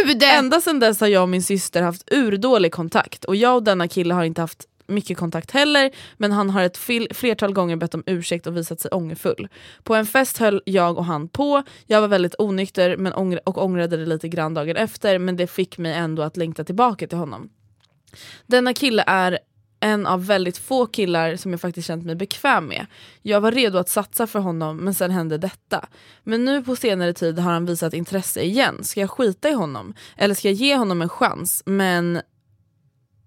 Speaker 2: gud!
Speaker 1: Ända sedan dess har jag och min syster haft urdålig kontakt och jag och denna kille har inte haft mycket kontakt heller men han har ett fil- flertal gånger bett om ursäkt och visat sig ångerfull. På en fest höll jag och han på, jag var väldigt onykter men ångr- och ångrade det lite grann dagen efter men det fick mig ändå att längta tillbaka till honom. Denna kille är en av väldigt få killar som jag faktiskt känt mig bekväm med. Jag var redo att satsa för honom men sen hände detta. Men nu på senare tid har han visat intresse igen. Ska jag skita i honom? Eller ska jag ge honom en chans? Men,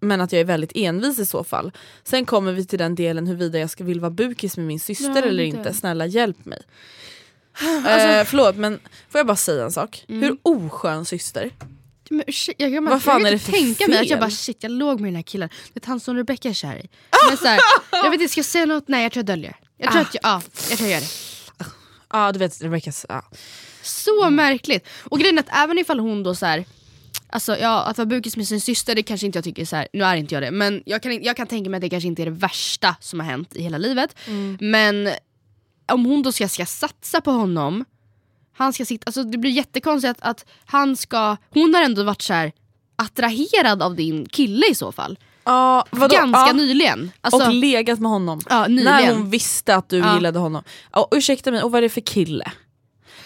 Speaker 1: men att jag är väldigt envis i så fall. Sen kommer vi till den delen huruvida jag ska vill vara bukis med min syster
Speaker 2: Ja,
Speaker 1: eller
Speaker 2: inte.
Speaker 1: inte. Snälla hjälp mig. eh, förlåt men får jag bara säga en sak? Hur oskön syster.
Speaker 2: Äh, Men, ursäkta, jag kan,
Speaker 1: Vad
Speaker 2: Vad
Speaker 1: fan
Speaker 2: jag kan
Speaker 1: är
Speaker 2: inte
Speaker 1: det för
Speaker 2: tänka mig att
Speaker 1: fel?
Speaker 2: jag bara shit jag låg med den här killen. Det är han som Rebecca är kär i. Men så här, jag vet inte, ska jag säga något? Nej jag tror jag döljer. Jag tror, att jag, ja, jag, tror jag gör det.
Speaker 1: Ja du vet Rebeckas... ja.
Speaker 2: Så märkligt. Och grejen är att även ifall hon då så här, alltså ja, att vara bukis med sin syster det kanske inte jag tycker är så här, nu är inte jag det, men jag kan, jag kan tänka mig att det kanske inte är det värsta som har hänt i hela livet.
Speaker 1: Mm.
Speaker 2: Men om hon då ska, ska satsa på honom, han ska sitta, alltså det blir jättekonstigt att, att han ska, hon har ändå varit så här attraherad av din kille i så fall.
Speaker 1: Ja, vadå?
Speaker 2: Ganska
Speaker 1: Ja.
Speaker 2: nyligen. Alltså,
Speaker 1: och legat med honom.
Speaker 2: Ja, nyligen.
Speaker 1: när hon visste att du
Speaker 2: Ja.
Speaker 1: gillade honom. Ja, ursäkta mig, och vad är det för kille?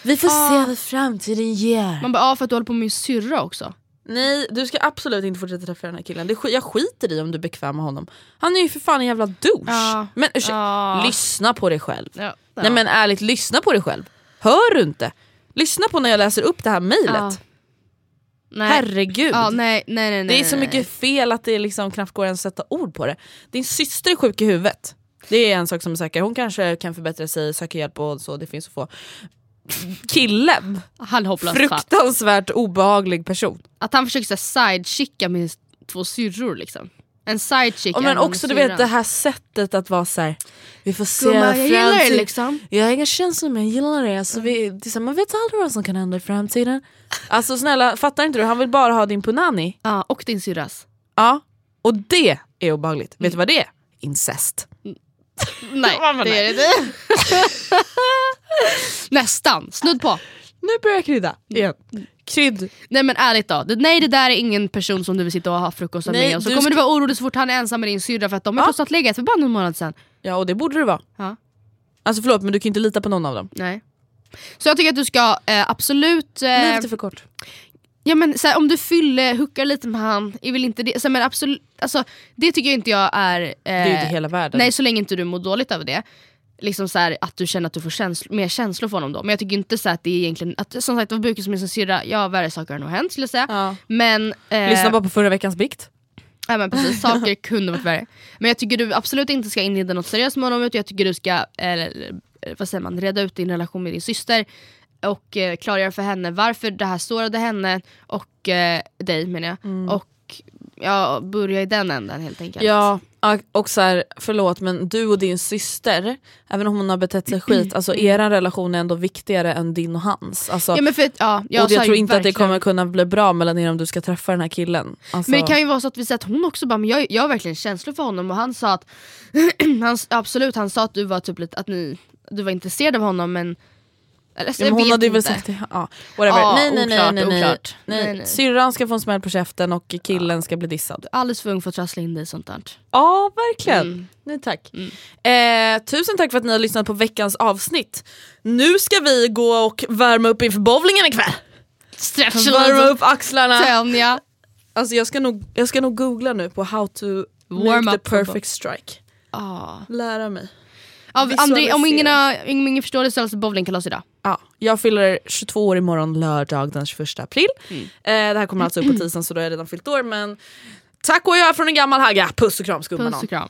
Speaker 1: Vi får se vad framtiden ger.
Speaker 2: man bara, ja för att du håller på med min syrra också.
Speaker 1: Nej, du ska absolut inte fortsätta träffa den här killen. Det, sk- jag skiter i om du är bekväm med honom. Han är ju för fan en jävla douche.
Speaker 2: Ja.
Speaker 1: Men ursäkta,
Speaker 2: Ja.
Speaker 1: lyssna på dig själv.
Speaker 2: Ja.
Speaker 1: Nej men ärligt, lyssna på dig själv. Hör du inte? Lyssna på när jag läser upp det här mejlet.
Speaker 2: Ja. Nej.
Speaker 1: Herregud.
Speaker 2: Ja, nej, nej, nej, nej,
Speaker 1: Det är så
Speaker 2: nej,
Speaker 1: mycket fel att det liksom knappt går ens att sätta ord på det. Din syster är sjuk i huvudet. Det är en sak som är säker. Hon kanske kan förbättra sig, söka hjälp och så. Det finns att få. Killen,
Speaker 2: Han hopplös fan.
Speaker 1: fruktansvärt obehaglig person.
Speaker 2: Att han försöker så här sidechicka med två syrror liksom. En sidechick
Speaker 1: Och men också du vet det här sättet att vara så här. vi får se vad
Speaker 2: jag gillar det
Speaker 1: framtiden-
Speaker 2: liksom.
Speaker 1: Jag har inga känslor men jag gillar det. Alltså, vi, tillsammans vet aldrig vad som kan hända i framtiden. Alltså snälla, fattar inte du? Han vill bara ha din punani.
Speaker 2: Ja, och din syrras.
Speaker 1: Ja. Och det är obehagligt. Vet du vad det är? Incest.
Speaker 2: Nej, det är det inte. Nästan, snudd på.
Speaker 1: Nu börjar jag krydda igen. Krydd.
Speaker 2: Nej men ärligt då, det, nej det där är ingen person som du vill sitta och ha frukost
Speaker 1: Nej,
Speaker 2: med och så
Speaker 1: du
Speaker 2: kommer du
Speaker 1: ska-
Speaker 2: vara orolig så fort han är ensam med din syrra för att de har
Speaker 1: Ja.
Speaker 2: trots allt legat för bara någon månad sedan.
Speaker 1: Ja och det borde det vara.
Speaker 2: Ja.
Speaker 1: Alltså förlåt men du kan ju inte lita på någon av dem.
Speaker 2: Nej. Så jag tycker att du ska eh, absolut... eh,
Speaker 1: Livet är för kort.
Speaker 2: Ja men så här, om du fyller, hookar lite med han, är väl inte det, så här, men absolut, alltså, det tycker jag inte jag är... Eh,
Speaker 1: Det
Speaker 2: det
Speaker 1: är ju inte hela världen.
Speaker 2: Nej så länge inte du mår dåligt över det. Liksom så här, att du känner att du får känsl- mer känslor för honom då. Men jag tycker inte så här att det är egentligen, att, som sagt var bukis med sin syrra, ja värre saker har nog hänt skulle jag säga.
Speaker 1: Ja.
Speaker 2: Men, eh,
Speaker 1: Lyssna bara på förra veckans bikt.
Speaker 2: ja, men precis, saker kunde varit värre. Men jag tycker du absolut inte ska inleda något seriöst med honom utan jag tycker du ska, eller, eh, vad säger man, reda ut din relation med din syster. Och eh, klargöra för henne varför det här sårade henne och eh, dig menar jag.
Speaker 1: Mm.
Speaker 2: Och ja, börja i den änden helt enkelt.
Speaker 1: Ja och så här, förlåt men du och din syster, även om hon har betett sig skit, alltså er relation är ändå viktigare än din och hans. Alltså,
Speaker 2: Ja, men för, att- ja, jag
Speaker 1: och jag
Speaker 2: sa ju
Speaker 1: tror inte att det
Speaker 2: verkligen-
Speaker 1: kommer kunna bli bra mellan er om du ska träffa den här killen. Alltså,
Speaker 2: Men det kan ju vara så att vi säger att hon också bara, men jag, jag har verkligen känslor för honom och han sa att, han, absolut han sa att du var typ lite, att ni, du var intresserad av honom men, eller,
Speaker 1: Ja,
Speaker 2: så
Speaker 1: men
Speaker 2: jag
Speaker 1: hon
Speaker 2: vet
Speaker 1: hade ju väl
Speaker 2: inte.
Speaker 1: sagt det. Ja, whatever.
Speaker 2: Ja,
Speaker 1: nej, nej,
Speaker 2: oklart,
Speaker 1: nej, nej, nej.
Speaker 2: oklart.
Speaker 1: nej.
Speaker 2: Nej, nej.
Speaker 1: Syrran ska få en smäll på käften och killen ska bli dissad.
Speaker 2: Alldeles för ung för att trassla in dig i sånt där.
Speaker 1: Ja, verkligen. Nej, tack. Eh, tusen tack för att ni har lyssnat på veckans avsnitt. Nu ska vi gå och värma upp inför bowlingen ikväll. Värma upp axlarna.
Speaker 2: Tönja.
Speaker 1: Alltså, jag, ska nog, jag ska nog googla nu på how to
Speaker 2: Warm
Speaker 1: make
Speaker 2: up
Speaker 1: the
Speaker 2: på
Speaker 1: perfect strike.
Speaker 2: Ah.
Speaker 1: Lära mig.
Speaker 2: Av André, om ingen,
Speaker 1: Visualisera.
Speaker 2: har- om ingen förstår det så är det alltså bowlingkalas idag.
Speaker 1: Ja, jag fyller 22 år imorgon lördag den 21 april. Eh, det här kommer alltså upp på tisdagen så då har jag redan fyllt år men Tack och jag från en gammal hagga. Puss och kram skummanon.
Speaker 2: Puss och kram.